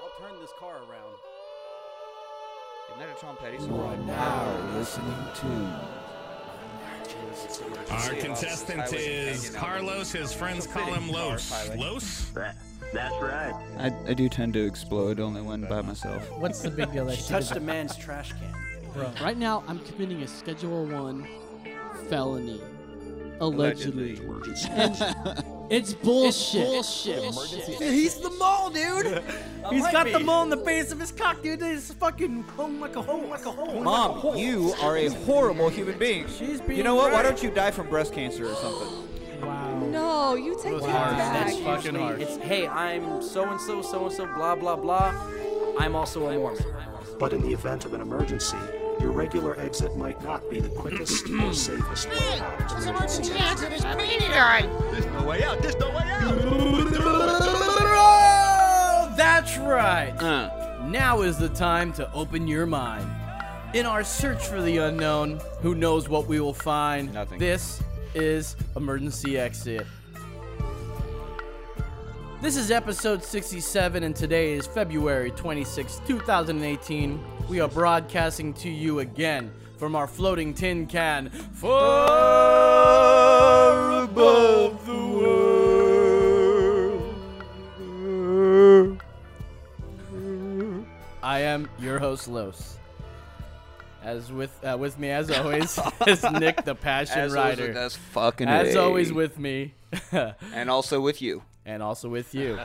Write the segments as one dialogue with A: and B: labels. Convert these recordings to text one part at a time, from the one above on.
A: help turn this car around.
B: Isn't that a Tom Petty song?
C: Now listening to
D: Our
B: Yeah.
D: contestant
B: Highway
D: is
B: companion on
D: Carlos. His friends call him
B: Fitting car
D: Los.
B: pilot.
D: Los?
E: That, that's right.
C: I, I do tend to explode only when by myself.
F: What's the big deal that
A: She
F: she
A: touched a
F: did
A: man's trash can.
F: that? Bro.
G: Right. now, I'm committing a Schedule One felony, allegedly. And it's bullshit. bullshit.
F: He's the mole, dude.
A: He's
F: He's got the mole in the face of his cock, dude. He's fucking home like a hole, like a hole.
B: Mom, you are a horrible human being.
F: She's
B: you
F: being
B: know what? Why
F: right.
B: don't you die from breast cancer or something?
F: Wow.
H: No, you take that back.
A: That's fucking hard. It's hey, I'm so and so, so and so, blah blah blah. I'm also a Mormon.
I: But in the event of an emergency, your regular exit might not be the quickest
E: Mm-hmm.
I: or safest way out.
F: That's right.
A: Uh.
F: Now is the time to open your mind. In our search for the unknown, who knows what we will find?
B: Nothing.
F: This is Emergency Exit. This is episode 67, and today is February 26, 2018. We are broadcasting to you again from our floating tin can far above the world. I am your host, Los. As with uh, with me, as always, is Nick the Passion Rider.
B: that's fucking.
F: as
B: A.
F: always, with me.
B: and also with you.
F: and also with you,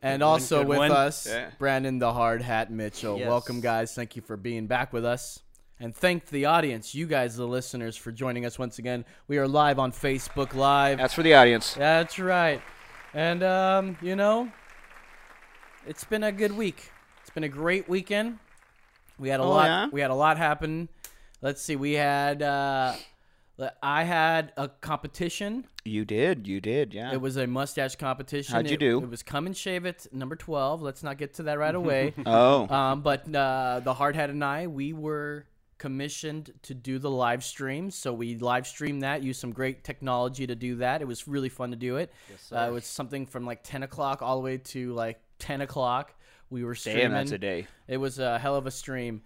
F: and also with
A: one.
F: us,
B: Yeah.
F: Brandon the Hard Hat Mitchell.
A: Yes.
F: Welcome, guys. Thank you for being back with us, and thank the audience, you guys, the listeners, for joining us once again. We are live on Facebook Live.
B: That's for the audience.
F: That's right, and um, you know, it's been a good week. It's been a great weekend. We had a
B: Oh,
F: lot.
B: yeah?
F: We had a lot happen. Let's see. We had. Uh, I had a competition.
B: You did. You did. Yeah.
F: It was a mustache competition.
B: Uh. How'd you
F: It-
B: do?
F: It was come and shave it, number twelve. Let's not get to that right away.
B: oh.
F: um, but uh, the hard hat and I, we were commissioned to do the live stream, so we live streamed that. Used some great technology to do that. It was really fun to do it. uh, it was something from like ten o'clock all the way to like ten o'clock. We were streaming.
B: Damn, that's a day.
F: It was a hell of a stream.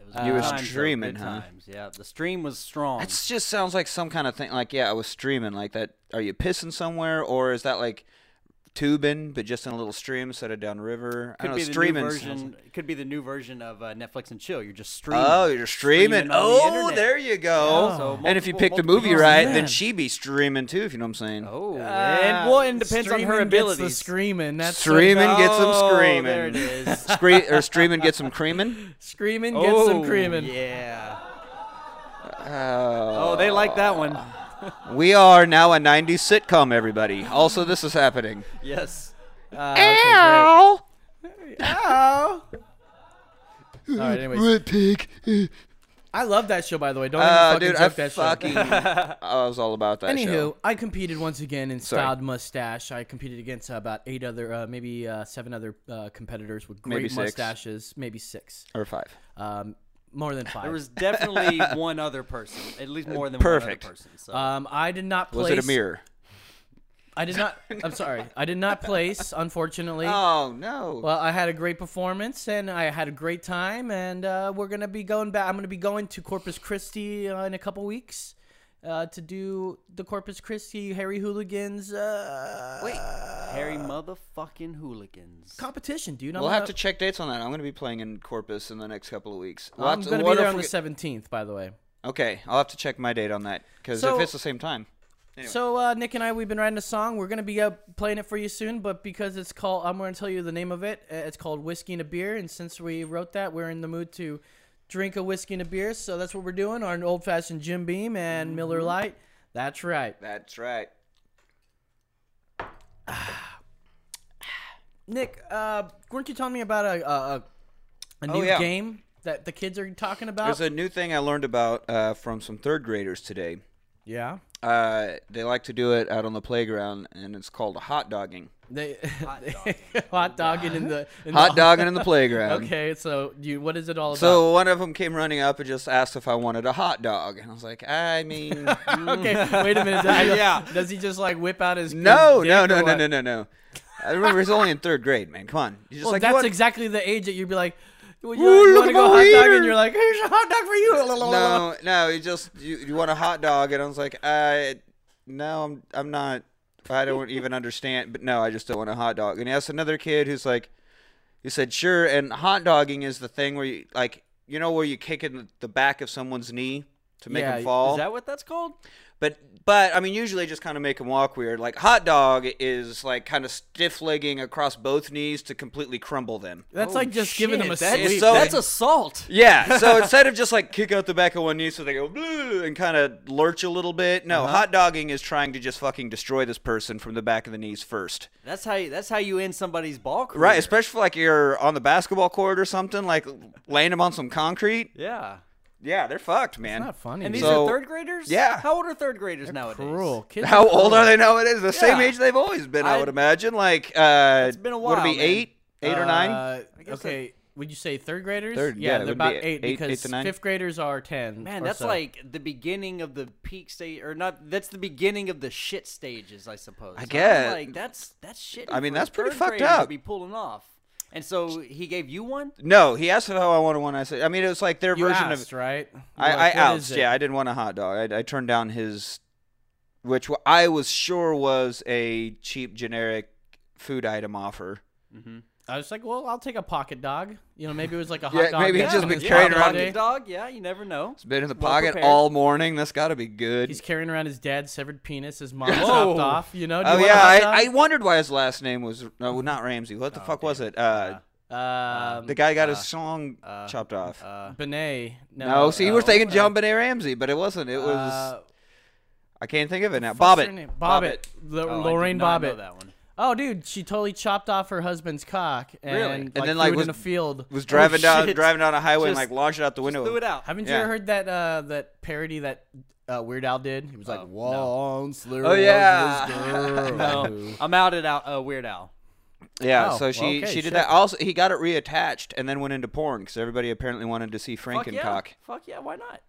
A: It was
B: You were
F: Uh,
A: good times, though,
B: streaming,
A: good
B: huh?
A: times. Yeah, the stream was strong.
B: That just sounds like some kind of thing. Like, yeah, I was streaming. Like that. Are you pissing somewhere, or is that like tubing, but just in a little stream instead of downriver? I
A: could
B: don't
A: be
B: know.
A: the
B: Streaming.
A: new
B: sounds
A: version.
B: like-
A: it could be the new version of uh, Netflix and chill. You're just streaming.
B: Oh, you're streaming.
A: Streaming on the
B: oh,
A: internet.
B: there you go.
F: Oh.
A: Yeah, so
B: and if you
A: multiple-
B: pick the
A: multiple
B: movie
A: people.
B: right,
F: Man.
B: then she be streaming too. If you know what I'm saying.
A: Oh,
F: Ah,
A: and well, and depends on her
F: streaming gets
A: ability.
F: The screaming. That's so-
B: Streaming gets them
A: Oh,
B: screaming.
A: there it is.
B: Scree- or streaming gets some creaming.
F: Screaming gets some
A: Oh,
F: creaming.
A: Yeah.
B: Oh.
A: Oh, they like that one.
B: We are now a 90s sitcom, everybody. Also, this is happening.
A: Yes.
F: Uh, okay, great. All right, anyways.
B: pig.
F: I love that show, by the way. Don't even
B: Uh,
F: fucking
B: dude,
F: joke
B: I
F: that
B: fucking.
F: show.
B: I was all about that
F: Anywho,
B: show.
F: I competed once again in
B: Sorry.
F: styled mustache. I competed against about eight other, uh, maybe uh, seven other uh, competitors with great
B: Maybe six.
F: mustaches, maybe six,
B: Or five.
F: um, more than five.
A: There was definitely one other person, at least more than
B: Perfect.
A: one other person. So.
F: um, I did not place.
B: Was it a mirror?
F: I did not. I'm sorry. I did not place, unfortunately.
B: Oh, no.
F: Well, I had a great performance and I had a great time, and uh, we're gonna be going back. I'm gonna be going to Corpus Christi uh, in a couple weeks uh, to do the Corpus Christi Harry Hooligans uh,
A: Harry motherfucking hooligans.
F: competition, dude. I'm
B: we'll have
F: gonna-
B: to check dates on that. I'm going to be playing in Corpus in the next couple of weeks. We'll
F: I'm
B: have to-
F: gonna be
B: what
F: there
B: if
F: on
B: we
F: the
B: get-
F: 17th, by the way.
B: Okay, I'll have to check my date on that. Because
F: So-
B: if it's the same time. Anyway.
F: So uh, Nick and I, we've been writing a song. We're gonna be uh, playing it for you soon, but because it's called, I'm gonna tell you the name of it. Uh, It's called Whiskey and a Beer, and since we wrote that, we're in the mood to drink a whiskey and a beer. So that's what we're doing: our old-fashioned Jim Beam and Miller
B: Mm-hmm.
F: Lite. That's right,
B: That's right.
F: Nick. Uh, weren't you telling me about a a, a, a new
B: Oh, yeah.
F: game that the kids are talking about?
B: There's a new thing I learned about uh, from some third graders today.
F: yeah,
B: Uh, they like to do it out on the playground, and it's called hot dogging.
F: they hot dogging in the in the-
B: Hot dogging in the playground.
F: Okay, so you, what is it all about?
B: So one of them came running up and just asked if I wanted a hot dog, and I was like, I mean, no,
F: okay, wait a minute. Does he,
A: Yeah.
F: does he just like whip out his his
B: no,
F: dick
B: no,
F: or
B: no,
F: what?
B: no, no, no. I remember it's only in third grade, man. Come on. You're just
F: Well,
B: like,
F: that's
B: what?
F: exactly the age that you'd be like, well, you,
B: Ooh,
F: you
B: look
F: want to
B: at
F: go
B: my
F: hot dog,
B: wiener.
F: and you're like, here's a hot dog for you.
B: no, no. You just you, you want a hot dog, and I was like, I no, I'm I'm not. I don't even understand. But no, I just don't want a hot dog. And he asked another kid who's like, he said, sure. And hot dogging is the thing where you like, you know, where you kick in the back of someone's knee to make
F: Yeah,
B: them fall.
A: Is that what that's called?
B: But but I mean, usually I just kind of make him walk weird. Like hot dog is like kind of stiff legging across both knees to completely crumble them.
F: That's
A: Oh,
F: like just giving them a
A: shit, that's,
F: sweep.
B: so-
A: that's assault.
B: Yeah. So instead of just like kick out the back of one knee so they go "Bleh," and kind of lurch a little bit, no, hot dogging is trying to just fucking destroy this person from the back of the knees first.
A: That's how you, that's how you end somebody's ball career.
B: Right. Especially like you're on the basketball court or something, like laying them on some concrete.
A: yeah.
B: Yeah, they're fucked, man.
F: not funny.
A: And these
B: So-
A: are third graders.
B: Yeah.
A: How old are third graders nowadays?
F: cruel kids.
B: How old are they nowadays? The same
A: Yeah.
B: age they've always been, I,
A: I-
B: would imagine. Like, uh,
A: It's been a
B: Would
A: while,
B: it be
A: man.
B: eight, eight or nine?
F: Uh, okay, would you say third graders?
B: Third, yeah,
F: yeah,
B: it
F: they're
B: would
F: about
B: be
F: eight,
B: eight-
F: because
B: eight to nine.
F: fifth graders are ten.
A: Man,
F: or
A: that's
F: so.
A: like the beginning of the peak stage, or not? That's the beginning of the shit stages, I suppose.
B: I
A: I'm
B: get-
A: Like that's that's shit.
B: I mean, that's pretty
A: third
B: fucked
A: grader to
B: up.
A: Be pulling off, and so he gave you one.
B: No, he asked if how I wanted one. I said, I mean, it was like their
F: you
B: version
F: asked,
B: of.
F: right?
B: I,
F: You're like,
B: I
F: "What is
B: ouched.
F: it?"
B: Yeah, I didn't want a hot dog. I, I turned down his, which wa- I was sure was a cheap generic food item offer.
F: I was like, well, I'll take a pocket dog. You know, maybe it was like a hot
B: Yeah,
F: dog.
B: maybe
F: day
B: he's just
F: on
B: been
F: his
B: carrying
F: pocket
B: around-
F: day.
A: Big dog. Yeah, you never know.
B: It's been in the
A: Well
B: pocket
A: prepared.
B: all morning. That's got to be good.
F: He's carrying around his dad's severed penis. His mom chopped off. You know? Do
B: oh
F: you want a
B: yeah,
F: hot
B: I, I
F: dog? Oh,
B: wondered why his last name was no, not Ramsey. What the fuck was it? Uh,
F: Um,
B: the guy got his song chopped off.
A: Uh,
F: Benet. No,
B: no, see, you were
F: uh,
B: thinking John Benet Ramsey, but it wasn't. It was
F: uh,
B: I can't think of it now.
F: what's her name?
B: Bobbit.
F: Bobbitt. Lo-
A: Oh, I did
F: Lorraine
A: not know
F: Bobbitt.
A: that one.
F: Oh, dude, she totally chopped off her husband's cock and,
A: Really?
F: like,
B: And then,
F: threw
B: like,
F: it
B: was-
F: in a field. Oh,
B: was driving down
A: shit.
B: driving down a highway and
A: Just-
B: like launched it out the window.
A: Threw it out.
F: Haven't
B: Yeah.
F: you ever heard that uh, that parody that uh, Weird Al did? He was
A: Oh,
F: like, "Once there
B: Oh,
F: was
B: yeah.
F: this girl."
A: No, Uh, I'm out at out. Uh, Weird Al.
B: Yeah,
F: Oh,
B: so she
F: okay,
B: she did
F: shit.
B: that. Also, he got it reattached and then went into porn because everybody apparently wanted to see
A: Fuck yeah.
B: Frankencock.
A: Fuck yeah. Why not?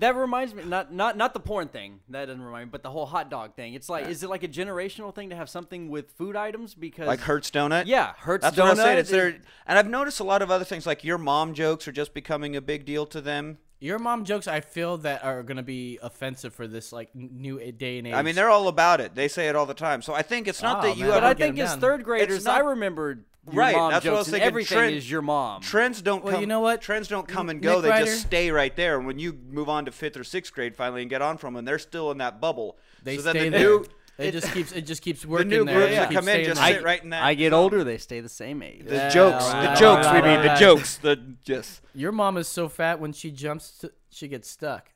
A: That reminds me, not not not the porn thing. That doesn't remind me, but the whole hot dog thing. It's like, is it like a generational thing to have something with food items? Because
B: Like Hertz Donut.
A: Yeah, Hertz
B: That's what I'm saying.
A: Donut
B: It's their,
A: is-
B: and I've noticed a lot of other things like your mom jokes are just becoming a big deal to them.
F: Your mom jokes I feel that are gonna be offensive for this like n- new a- day and age.
B: I mean, they're all about it. They say it all the time. So I think it's not
F: Oh,
B: that you
F: man.
B: have
A: But I
F: Get 'em
A: think as
F: down.
A: third graders,
B: not-
A: I remembered your
B: Right,
A: mom
B: that's what I
A: jokes
B: was
A: and
B: thinking.
A: everything
B: Trend-
A: is your mom.
B: Trends don't
F: Well,
B: come.
F: you know what?
B: Trends don't come and
F: Nick
B: go. they
F: Ryder-
B: just stay right there. And when you move on to fifth or sixth grade, finally, and get on from them, they're still in that bubble.
F: they
B: so
F: stay
B: then the
F: there.
B: new
F: it just keeps it just keeps working
B: new
F: there.
B: groups
F: It
B: that
F: keeps
B: come in
F: staying
B: just
F: there.
B: sit right in that
A: I get older, they stay the same age.
B: the jokes, the jokes.
F: right,
B: we mean the
F: right.
B: jokes. The yes.
F: Your mom is so fat when she jumps, t- she gets stuck.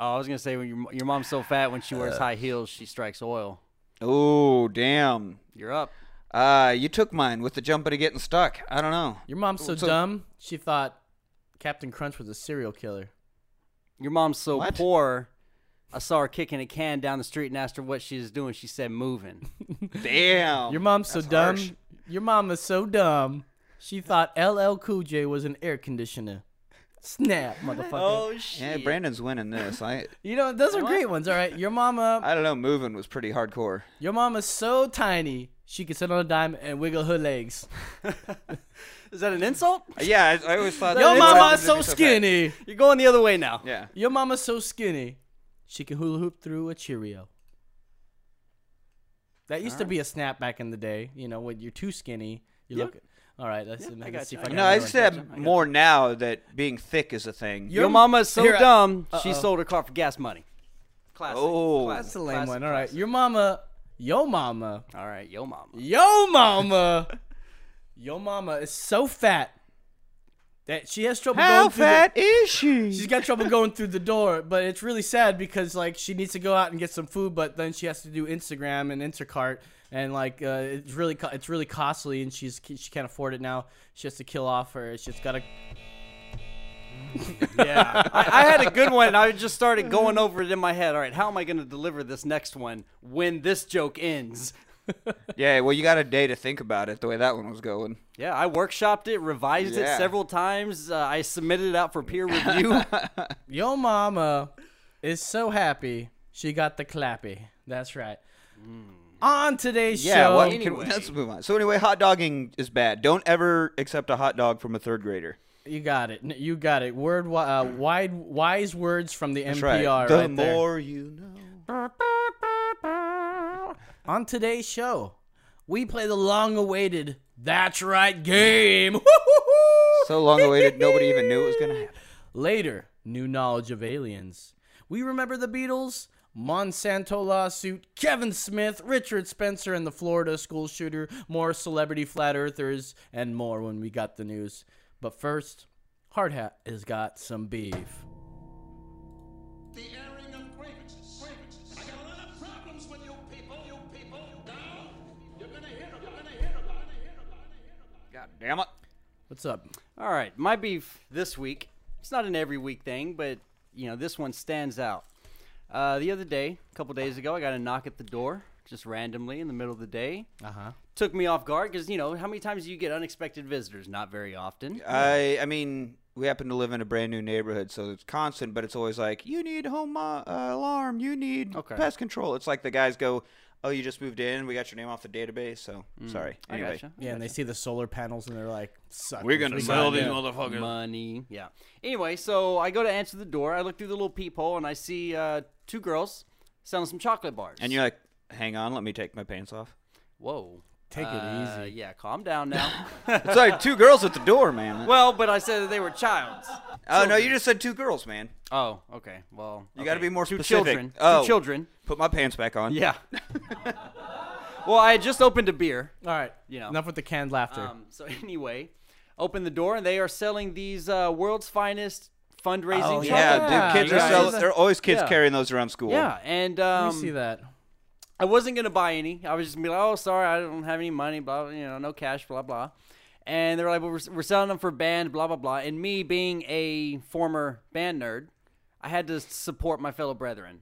A: Oh, I was gonna say when your, your mom's so fat
B: Uh,
A: when she wears high heels, she strikes oil.
B: Oh damn.
A: You're up.
B: Uh, you took mine with the jumping and getting stuck. I don't know.
F: Your mom's so,
B: So-
F: dumb, she thought Captain Crunch was a serial killer.
A: Your mom's so
B: What?
A: poor. I saw her kicking a can down the street and asked her what she was doing. She said moving.
B: Damn.
F: Your mom's so
B: Oh, That's
F: dumb.
B: harsh.
F: Your mom is so dumb. She thought LL Cool J was an air conditioner. Snap, motherfucker.
B: Oh.
A: Oh, shit!
B: Yeah, Brandon's winning this. I
F: You know, those are great ones. All right, your mama,
B: I don't know. Moving was pretty hardcore.
F: your mama's so tiny she could sit on a dime and wiggle her legs.
A: Is that an insult?
B: Yeah, I, I always thought.
F: Your
B: it's
F: mama's
B: something to
F: so
B: be fat.
F: skinny.
A: You're going the other way now.
B: Yeah.
F: Your mama's so skinny she can hula hoop through a Cheerio. That used to be a snap back in the day. You know, when you're too skinny, you look. All right, let's, let me
A: got
F: see
A: you,
F: if I
A: I
F: can.
B: No, I
F: another
B: just
F: one.
B: have more now that being thick is a thing.
A: Your, mama's so
F: Here, I-
A: dumb. She
F: Uh-oh.
A: sold her car for gas money. Classic.
B: Oh.
A: classic,
F: That's a lame
A: classic,
F: one. All right,
A: classic.
F: your mama, yo mama,
A: All right, yo, mama.
F: yo mama, yo mama is so fat that she has trouble
B: How
F: going through. the-
B: fat is she?
F: She's got trouble going through the door, but it's really sad because like she needs to go out and get some food, but then she has to do Instagram and Instacart, and like uh, it's really co- it's really costly, and she's she can't afford it now. She has to kill off her. She's got to.
A: Yeah, I, I had a good one. and I just started going over it in my head. All right, how am I going to deliver this next one when this joke ends?
B: yeah, well, you got a day to think about it. The way that one was going.
A: Yeah, I workshopped it, revised
B: Yeah.
A: it several times. Uh, I submitted it out for peer review.
F: Yo, mama is so happy she got the clappy. That's right. On today's
B: Yeah,
F: show,
B: well,
A: Anyway.
B: can, let's move on. So anyway, hot dogging is bad. Don't ever accept a hot dog from a third grader.
F: you got it. N- You got it. Word, wi- uh, wide, wise words from the
B: That's
F: NPR.
B: The
F: right there.
B: more you know.
F: On today's show, we play the long-awaited "That's Right" game. Woo-hoo-hoo!
B: So long awaited, nobody even knew it was gonna happen.
F: Later, new knowledge of aliens. We remember the Beatles, Monsanto lawsuit, Kevin Smith, Richard Spencer, and the Florida school shooter, more celebrity flat earthers, and more when we got the news. But first, Hard Hat has got some beef.
D: The airing of grievances. Grievances. I got a lot of problems with you people. You people. Now you're gonna hear about. You're gonna hear about. You're gonna hear about. You're gonna hear about.
B: God damn it.
F: What's up?
A: All right, my beef this week. It's not an every week thing, but you know this one stands out. Uh, the other day, a couple days ago, I got a knock at the door just randomly in the middle of the day.
F: Uh huh.
A: Took me off guard because you know how many times do you get unexpected visitors? Not very often.
B: I I mean, we happen to live in a brand new neighborhood, so it's constant, but it's always like, you need home uh, alarm, you need
A: Okay.
B: pest control. It's like the guys go, oh, you just moved in, we got your name off the database, so sorry.
A: I
B: Anyway,
A: gotcha.
F: Yeah, and they see the solar panels and they're like, Suck
E: We're gonna
F: this.
E: sell these
F: Yeah.
E: motherfuckers.
A: Money. Yeah. Anyway, so I go to answer the door. I look through the little peephole and I see uh, two girls selling some chocolate bars.
B: and you're like, hang on, let me take my pants off.
A: whoa.
F: Take it
A: Uh, yeah, calm down now.
B: It's like two girls at the door, man.
A: well, but I said that they were childs.
B: oh no, you just said two girls, man.
A: Oh, okay. Well,
B: You got to
A: okay.
B: be more
A: two
B: specific.
A: children.
B: Oh,
A: Two children.
B: Put my pants back on.
A: Yeah. well, I had just opened a beer.
F: All right.
A: You know.
F: Enough with the canned laughter.
A: Um, so anyway, open the door and they are selling these uh, world's finest fundraising.
B: Oh
A: chocolates.
B: yeah,
F: Yeah,
B: dude. Kids
A: you
B: are
A: guys-
B: sell- They're always kids
A: Yeah.
B: carrying those around school.
A: Yeah, and
F: Let
A: um,
F: me see that.
A: I wasn't gonna buy any. I was just gonna be like, oh, sorry, I don't have any money, blah, blah, you know, no cash, blah, blah. And they were like, well, we're, we're selling them for band, blah, blah, blah. And me being a former band nerd, I had to support my fellow brethren,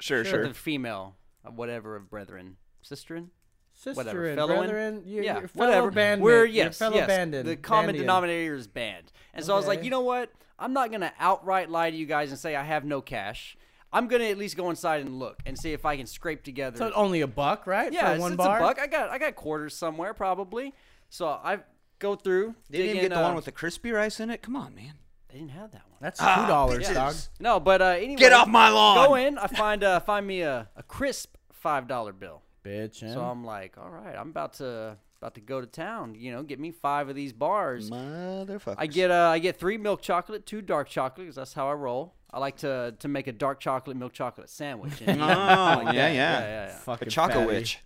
B: Sure,
A: But
B: sure.
A: the female, uh, whatever of brethren, sisterin,
F: Sister
A: whatever,
F: and
A: fellow
F: brethren, your,
A: yeah,
F: your fellow
A: whatever.
F: bandmate,
A: We're
F: your
A: yes,
F: fellow
A: yes.
F: bandit,
A: the common
F: bandian.
A: denominator is band. And so I was like,
F: Okay.
A: you know what? I'm not gonna outright lie to you guys and say I have no cash. I'm gonna at least go inside and look and see if I can scrape together.
F: So only a buck, right?
A: yeah,
F: for
A: it's,
F: one
A: it's
F: bar.
A: a buck. I got I got quarters somewhere probably. So I go through.
B: They didn't
A: dig
B: even
A: in,
B: get the
A: uh,
B: one with the crispy rice in it. Come on, man.
A: They didn't have that one.
F: That's two dollars,
B: bitches.
F: dog.
A: No, but uh, anyway,
B: Get off my lawn.
A: Go in. I find uh, find me a, a crisp five dollar bill.
F: Bitch.
A: So I'm like, all right, I'm about to about to go to town. You know, get me five of these bars.
B: Motherfucker.
A: I get uh, I get three milk chocolate, two dark chocolate, 'cause that's how I roll. I like to to make a dark chocolate milk chocolate sandwich. And,
B: Oh, yeah, yeah.
A: yeah, yeah, yeah.
B: A
F: fucking
B: choco
F: fatty.
B: witch.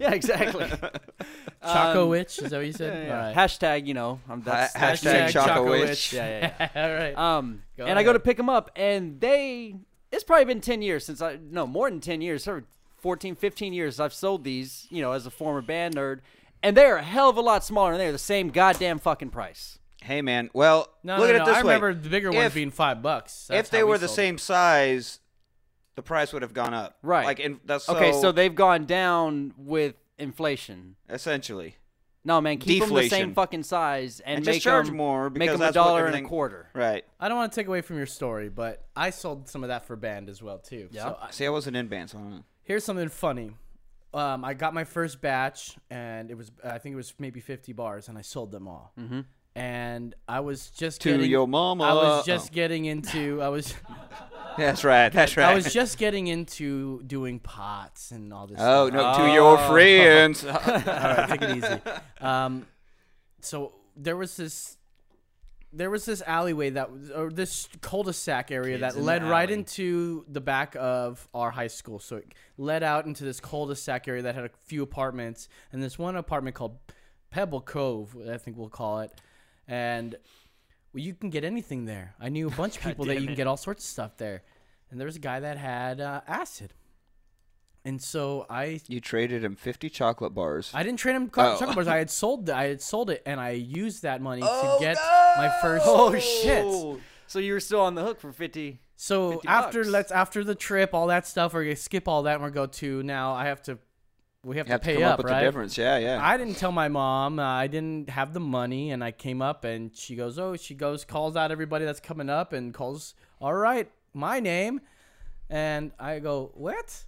A: yeah, exactly.
F: Choco
A: Um,
F: witch. Is that what you said? All right.
A: Hashtag, you know, I'm
B: Ha-
A: that's, that's
B: Hashtag
F: Hashtag
B: choco
F: choco
B: witch.
A: yeah, yeah, yeah.
F: All right.
A: Um,
F: Go
A: and I go
F: ahead.
A: to pick them up, and they. It's probably been 10 years since I. No, more than 10 years. Sort of 14, 15 years I've sold these, you know, as a former band nerd. And they're a hell of a lot smaller, and they're the same goddamn fucking price.
B: Hey, man. Well,
F: no,
B: look
F: no,
B: at
F: no.
B: it this
F: I
B: way.
F: remember the bigger one
B: If-
F: being five bucks. That's
B: if
F: how
B: they
F: we
B: were the
F: sold it.
B: same size, the price would have gone up.
A: Right.
B: Like, in, that's
A: okay, so they've gone down with inflation.
B: essentially.
A: No, man, keep them the
B: Deflation.
A: same fucking size and,
B: And
A: make
B: just charge
A: 'em-
B: more
A: Make
B: because
A: them a
B: that's what
A: dollar and a
B: everything-
A: quarter.
B: Right.
F: I don't want to take away from your story, but I sold some of that for band as well too.
A: Yeah.
F: So I,
B: See, I wasn't in bands. So I don't know.
F: here's something funny. Um, I got my first batch, and it was I think it was maybe 50 bars, and I sold them all. Mm-hmm. And I was just
B: To
F: getting,
B: your mama.
F: I was just
B: Oh.
F: getting into. I was.
B: That's right. That's right.
F: I was just getting into doing pots and all this.
B: Oh,
F: stuff.
B: no. To your friends.
F: All right, take it easy. Um, so there was this, there was this alleyway that, was- or this cul-de-sac area that led right into the back of our high school. So it led out into this cul-de-sac area that had a few apartments, and this one apartment called Pebble Cove, I think we'll call it, and well, you can get anything there. I knew a bunch of people that you can get all sorts of stuff there, and there was a guy that had uh, acid. And so I
B: you traded him 50 chocolate bars.
F: I didn't trade him
B: Oh.
F: chocolate bars. I had sold the, I had sold it, and I used that money
B: Oh,
F: to get my first.
A: Oh, shit. So you were still on the hook for 50.
F: So
A: 50
F: after
A: bucks.
F: let's after the trip, all that stuff, we're gonna skip all that, and we're go to now. I have to, we have
B: You have
F: to
B: to
F: pay
B: come
F: up,
B: up with
F: right?
B: the difference. Yeah, yeah.
F: I didn't tell my mom. Uh, I didn't have the money, and I came up, and she goes, "Oh," she goes, calls out everybody that's coming up, and calls, "All right, my
A: Oh,
F: name," and I go, "What?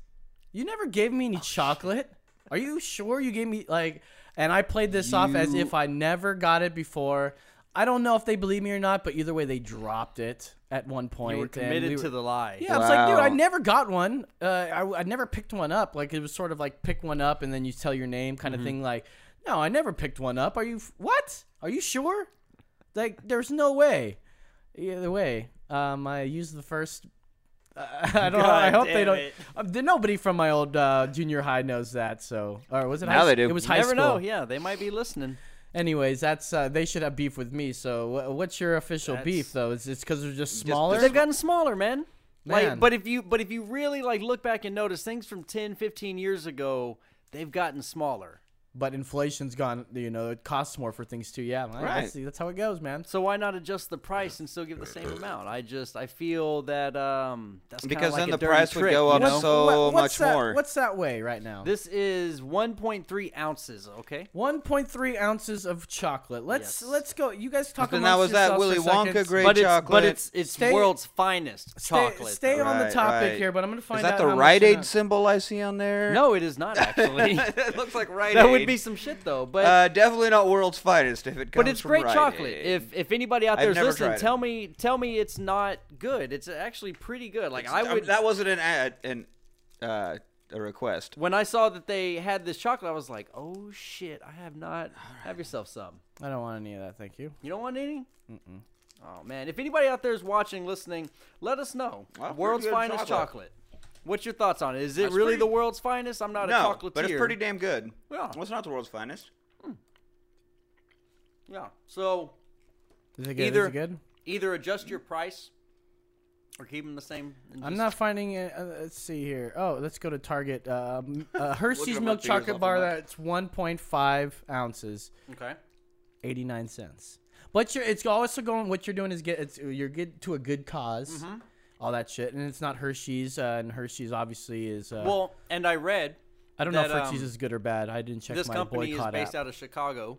F: You never gave me any chocolate?" Are you sure you gave me like? And I played this off as if I never got it before. I don't know if they believe me or not, but either way, they dropped it at one point.
A: You were
F: and
A: committed
F: we were-
A: to the lie.
F: Yeah, I was like, dude,
B: Wow.
F: I never got one. Uh, I, I never picked one up. Like it was sort of like pick one up and then you tell your name kind
A: Mm-hmm.
F: of thing. Like, no, I never picked one up. Are you f- what? Are you sure? Like, there's no way. Either way, um, I used the first. I don't. know. I
A: God
F: hope they
A: damn
F: don't.
A: it.
F: Um, th- nobody from my old uh, junior high knows that. So, or was it?
B: Now
F: high
B: they
F: sch-
B: do.
F: It was
B: You
F: high
A: Never
F: school.
A: know. Yeah, they might be listening.
F: Anyways, that's uh, they should have beef with me. So, wh- what's your official beef
A: That's-
F: though? Is it's because they're just smaller?
A: They've gotten smaller, man.
F: Man.
A: Like, but if you but if you really like look back and notice things from 10, 15 years ago, they've gotten smaller.
F: but inflation's gone. You know, it costs more for things too. Yeah, I- I
B: Right.
F: see. That's how it goes, man.
A: So why not adjust the price and still give the same amount? I just I feel that um that's kinda
B: Because
A: like
B: then
A: a
B: the
A: dirty
B: price would
A: trick,
B: go
A: you
B: up
A: know?
B: so
F: What-
B: much
F: what's that,
B: more.
F: What's that weigh right now?
A: This is 1.3 ounces, okay?
F: 1.3 ounces of chocolate. Let's
A: Yes.
F: let's go. You guys talk
B: But
F: about
B: now was that Willy Wonka grade
A: but it's
B: chocolate?
A: but it's it's
F: Stay-
A: world's finest
F: Stay,
A: chocolate.
F: stay
A: though.
F: on the
B: Right,
F: topic
B: right.
F: here, but I'm gonna find
B: Is that
F: out
B: the
F: how much
B: Rite
F: it
B: Aid
F: is.
B: symbol I see on there?
A: No, it is not actually.
B: it looks like Rite
A: that
B: Aid.
A: would be some shit though, but
B: uh, definitely not world's finest if it comes
A: but it's
B: from
A: great
B: Rite
A: chocolate.
B: Aid.
A: If if anybody out
B: I've
A: there's
B: never
A: listening,
B: tried it.
A: tell me tell me it's not good. It's actually pretty good. Like I would
B: that wasn't an ad, an uh, a request.
A: when I saw that they had this chocolate, I was like, "Oh shit, I have not. Have yourself some.
F: I don't want any of that. Thank you.
A: You don't want any? Mm-mm. Oh man, if anybody out there is watching, listening, let us know.
B: Well, pretty
A: world's
B: good
A: finest chocolate.
B: chocolate.
A: What's your thoughts on it? Is it
B: That's
A: really
B: pretty-
A: the world's finest? I'm not a
B: No,
A: chocolatier.
B: but it's pretty damn good.
A: Yeah.
B: Well, it's not the world's finest.
A: yeah. So
F: Is it good?
A: Either-
F: is it good?
A: either adjust your price or keep them the same. and
F: I'm
A: just-
F: not finding it. Uh, let's see here. Oh, let's go to Target. Um, uh, Hershey's
B: up my
F: milk
B: fingers
F: chocolate
B: off
F: bar.
B: the mic.
F: That's 1.5 ounces.
A: okay.
F: 89 cents. But you're, it's also going. What you're doing is get it's you're good to a good because
A: Mm-hmm.
F: all that shit, and it's not Hershey's. Uh, and Hershey's obviously is. Uh,
A: Well, and I read
F: I don't know if
A: that,
F: Hershey's
A: um,
F: is good or bad. I didn't check
A: this
F: my
A: company is
F: boycott
A: based
F: app.
A: out of Chicago,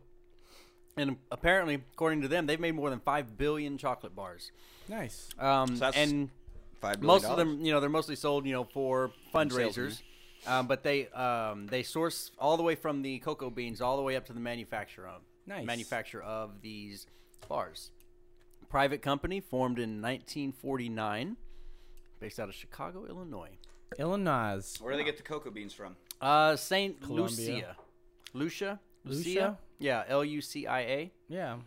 A: and apparently, according to them, they've made more than five billion chocolate bars.
F: Nice. Uh,
A: Um,
B: So that's-
A: and
B: Five billion
A: most of them you know they're mostly sold you know for fundraisers um, but they um, they source all the way from the cocoa beans all the way up to the manufacturer of
F: Nice.
A: manufacture of these bars private company formed in 1949 based out of chicago illinois
F: Illinois.
B: Where do they get the cocoa beans from?
A: uh, saint
F: Columbia.
A: lucia lucia
F: Lucia?
A: lucia yeah l-u-c-i-a
F: Yeah.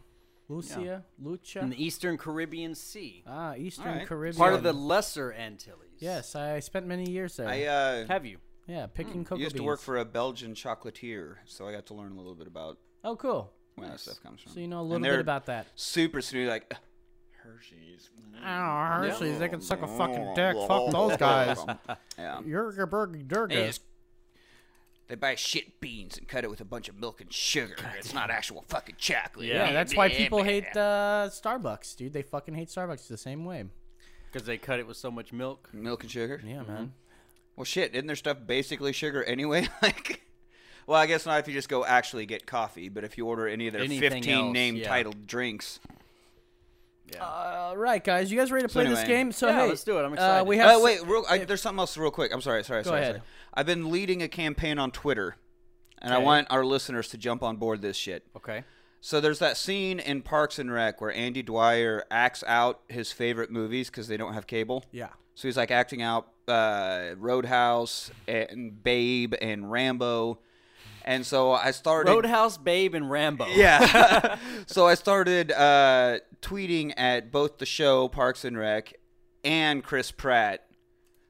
F: Lucia, Lucha.
A: in the eastern caribbean sea
F: ah, Eastern
B: Alright.
F: Caribbean.
A: part of the lesser antilles
F: Yes, I spent many years there.
B: I uh,
A: have you
F: yeah,
A: mm,
F: picking cocoa
B: used
F: beans.
B: to work for a Belgian chocolatier, so I got to learn a little bit about
F: oh, cool.
B: where that stuff comes from.
F: So you know a
B: And
F: little bit
B: they're
F: about that.
B: Super snooty, like "Ugh, Hershey's.
F: Oh, Hershey's, they can suck a fucking dick. Fuck those guys.
B: yeah.
F: Yurga Burga Durga.
B: They buy shit beans and cut it with a bunch of milk and sugar. It's not actual fucking chocolate.
A: Yeah.
F: Yeah, that's why people hate uh, Starbucks, dude. They fucking hate Starbucks the same way.
A: because they cut it with so much milk
B: Milk and sugar.
F: Yeah, man.
B: Well, shit, isn't their stuff basically sugar anyway? like, well, I guess not if you just go actually get coffee, but if you order any of their
A: Anything
B: 15
A: else,
B: name
A: yeah.
B: titled drinks.
F: All right, guys, you guys ready to play this
B: anyway-
F: game? So
A: Yeah,
F: hey,
A: let's do it. I'm
F: Uh, we
A: excited.
F: have
B: Oh, wait, real, I, there's something else real quick. I'm sorry, sorry, sorry,
F: ahead.
B: sorry. I've been leading a campaign on Twitter, and
F: Okay.
B: I want our listeners to jump on board this shit.
A: okay
B: So there's that scene in Parks and Rec where Andy Dwyer acts out his favorite movies because they don't have cable.
F: Yeah.
B: So he's like acting out uh, Roadhouse and Babe and Rambo. And so I started.
A: Roadhouse, Babe, and Rambo.
B: Yeah. so I started uh, tweeting at both the show Parks and Rec and Chris Pratt,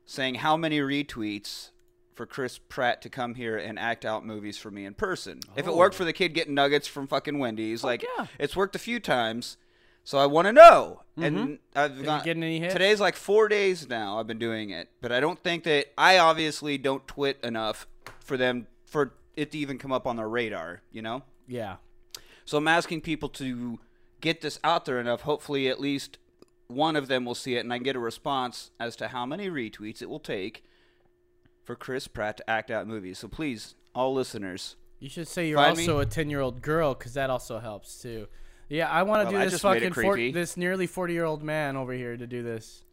B: saying how many retweets for Chris Pratt to come here and act out movies for me in person. If it
F: Oh.
B: worked for the kid getting nuggets from fucking Wendy's, like
A: yeah.
B: it's worked a few times. So I want to know. And I've got
F: Mm-hmm. getting any hits?
B: today's like four days now. I've been doing it, but I don't think that I obviously don't twit enough for them for it to even come up on their radar. You know.
F: yeah.
B: So I'm asking people to get this out there enough. Hopefully, at least one of them will see it, and I can get a response as to how many retweets it will take for Chris Pratt to act out movies. So please, all listeners,
F: You should say you're
B: Find me.
F: also a ten-year-old girl because that also helps too. Yeah, I want to
B: Well,
F: do
B: I
F: this
B: just made it
F: fucking for-
B: creepy.
F: this nearly forty-year-old man over here to do this.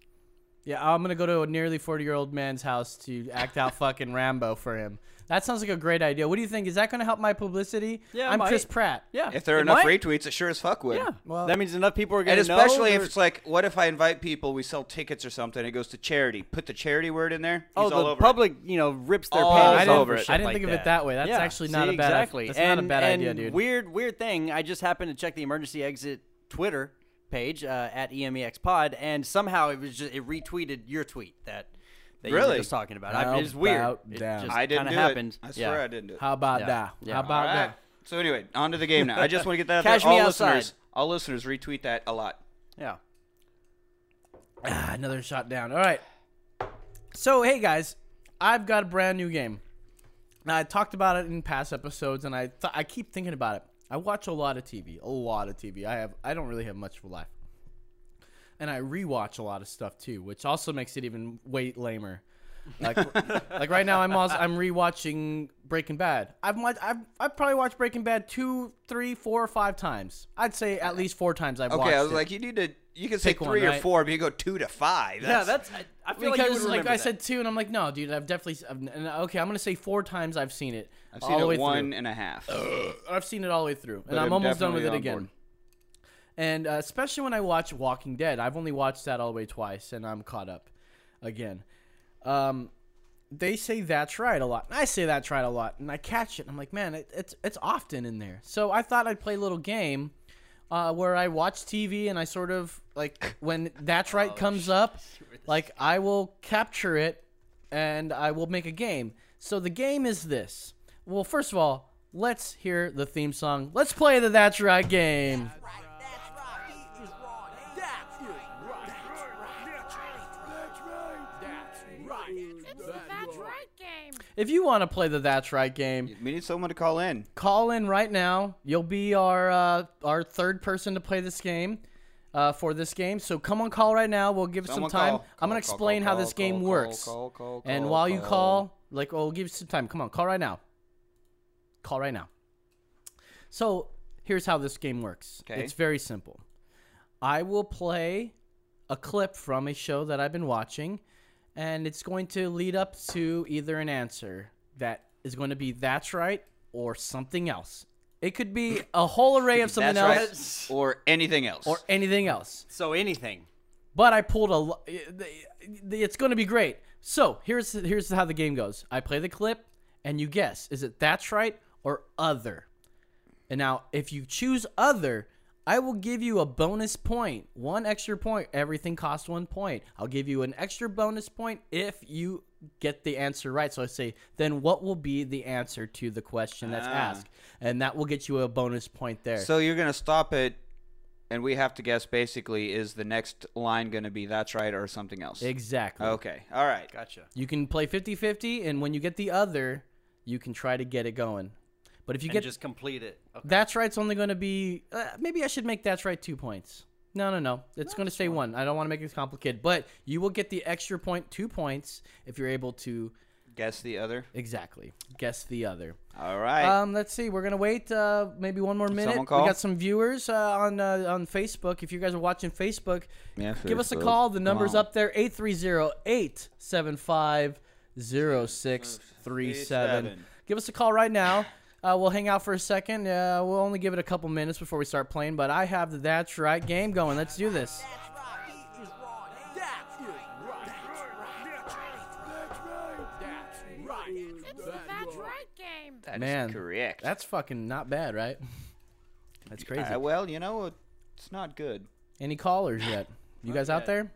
F: Yeah, I'm gonna go to a nearly 40 year old man's house to act out fucking Rambo for him. That sounds like a great idea. What do you think? Is that gonna help my publicity?
A: Yeah, it
F: I'm Chris
A: might.
F: Pratt.
A: Yeah.
B: If there are
A: It
B: enough
A: might.
B: retweets, it sure as fuck would.
A: Yeah.
F: Well-
A: that means enough people are going
B: And
A: to know.
B: especially if
A: they're-
B: it's like, what if I invite people, we sell tickets or something, it goes to charity. Put the charity word in there.
A: oh,
B: he's
A: the
B: all over it.
A: public, you know, rips their
B: All
A: pants
F: I didn't,
A: over.
B: it.
A: shit
F: I didn't
A: like
F: think of it that way. That's
A: Yeah.
F: actually not
A: See,
F: a bad
A: exactly.
F: that's
A: and,
F: not a bad
A: and
F: idea, dude.
A: Weird, weird thing. I just happened to check the emergency exit Twitter page uh, at EMEX Pod, and somehow it was just it retweeted your tweet that that you were
B: Really?
A: just talking about.
F: How
A: I, it was weird.
F: about
A: It
F: that?
A: just
B: I didn't
A: kinda
B: do
A: happened.
B: it. I swear
A: yeah.
B: I didn't do it.
F: How about
A: Yeah.
F: that?
A: Yeah.
F: How about
B: All right.
F: that?
B: So anyway, on to the game now. I just want to get that out
A: Cash
B: there.
A: me
B: All
A: outside.
B: listeners, all listeners retweet that a lot.
A: Yeah.
F: Ah, another shot down. All right. So, hey guys, I've got a brand new game. Now, I talked about it in past episodes, and I th- I keep thinking about it. I watch a lot of TV, a lot of TV. I have I don't really have much of a life, and I rewatch a lot of stuff too, which also makes it even way lamer. Like, like right now, I'm also, I'm rewatching Breaking Bad. I've watched I've, I've probably watched Breaking Bad two, three, four, or five times. I'd say at least four times. I've watched
B: Okay, I was
F: it.
B: like, you need to. You can say
F: Pick one,
B: three or
F: right?
B: four, but you go two to five.
A: Yeah,
B: That's,
A: that's. I, I feel like, you
F: because
A: would
F: like,
A: remember
F: I
A: that.
F: said two, and I'm like, no, dude, I've definitely s- I've, and, okay. I'm gonna say four times I've seen it.
B: I've seen
F: all the way
B: it one
F: Through.
B: and a half.
F: I've seen it all the way through, and
B: But
F: I'm,
B: I'm
F: almost done with it
B: definitely
F: again.
B: on board.
F: And uh, especially when I watch Walking Dead, I've only watched that all the way twice, and I'm caught up again. Um, they say that's right a lot, and I say that's right a lot, and I catch it. And I'm like, man, it, it's it's often in there. So I thought I'd play a little game. Uh, where I watch TV and I sort of like when that's right comes up, like I will capture it and I will make a game. So the game is this. Well, first of all, let's hear the theme song. Let's play the That's Right game.
E: It's the That's Right game.
F: If you want to play the That's Right game,
B: We need someone to call in.
F: call in right now. You'll be our uh, our third person to play this game. Uh, for this game, so come on, call right now. We'll give it
B: Someone
F: some time.
B: call.
F: I'm gonna
B: Call, call,
F: explain how
B: call,
F: this game
B: call,
F: works.
B: call, call,
F: and
B: call,
F: while you
B: call.
F: call, like, oh, we'll give you some time. Come on, call right now. Call right now. So here's how this game works.
B: Okay.
F: It's very simple. I will play a clip from a show that I've been watching, and it's going to lead up to either an answer that is going to be that's right or something else. It could be a whole array of something
B: That's
F: else
B: right. Or anything else.
F: or anything else.
A: so anything.
F: But I pulled a. lo- It's going to be great. So here's here's how the game goes. I play the clip, and you guess is it that's right or other. And now if you choose other, I will give you a bonus point, one extra point. Everything costs one point. I'll give you an extra bonus point if you get the answer right. So I say, then what will be the answer to the question that's asked, and that will get you a bonus point there.
B: Ah. so you're gonna stop it, and we have to guess. Basically, is the next line gonna be that's right or something else?
F: exactly.
B: Okay. All right.
A: Gotcha.
F: You can play 50-50, and when you get the other, you can try to get it going. But if you
A: And
F: get
A: just complete it. Okay.
F: that's right's only going to be uh, maybe I should make that's right two points. No, no, no. It's going to stay one. I don't want to make it complicated, but you will get the extra point, two points, if you're able to
B: Guess the other.
F: exactly guess the other.
B: All right.
F: Um, let's see. We're gonna wait uh, maybe one more minute.
B: Someone call?
F: We got some viewers uh, on uh, on Facebook. If you guys are watching Facebook,
C: Yeah,
F: give us a
C: Facebook.
F: call. The number's
C: Wow.
F: up there 830-875-0637. Give us a call right now. Uh, we'll hang out for a second. Uh, we'll only give it a couple minutes before we start playing, but I have the That's Right game going. Let's do this.
E: It's the That's Right game.
B: That is
F: man,
B: correct.
F: That's fucking not bad, right? That's crazy.
B: Uh, well, you know, it's not good.
F: Any callers yet? You guys out there?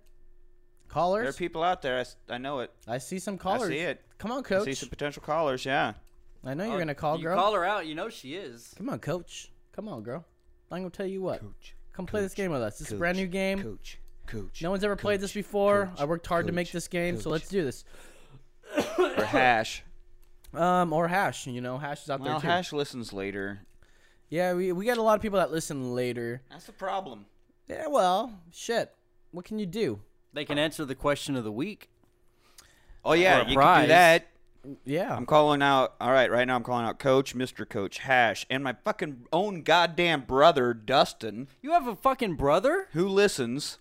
F: Callers?
B: There are people out there. I s- I, know it.
F: I see some callers.
B: see it.
F: Come on,
B: I see
F: coach.
B: some Oh, potential callers. Yeah.
F: I know you're gonna call,
A: you
F: girl.
A: call her out. You know she is.
F: Come on, coach. Come on, girl. I'm gonna tell you what. Come play this game with us. It's a brand new game.
C: Coach. Coach.
F: no one's ever played this before. I worked hard to make this game, so let's do this.
B: Or hash.
F: Um, or Hash. You know, Hash is out
B: Well,
F: there too.
B: hash listens later.
F: Yeah, we we got a lot of people that listen later.
B: That's the problem.
F: Yeah, well, shit. What can you do?
A: They can answer the question of the week.
B: Oh
A: For
B: yeah,
A: a
B: you can
A: prize. Oh.
B: do that.
F: Yeah.
C: Um,
B: I'm calling out. All right, right now I'm calling out Coach, Mr. Coach, Hash, and my fucking own goddamn brother Dustin,
A: You have a fucking brother?
B: who listens.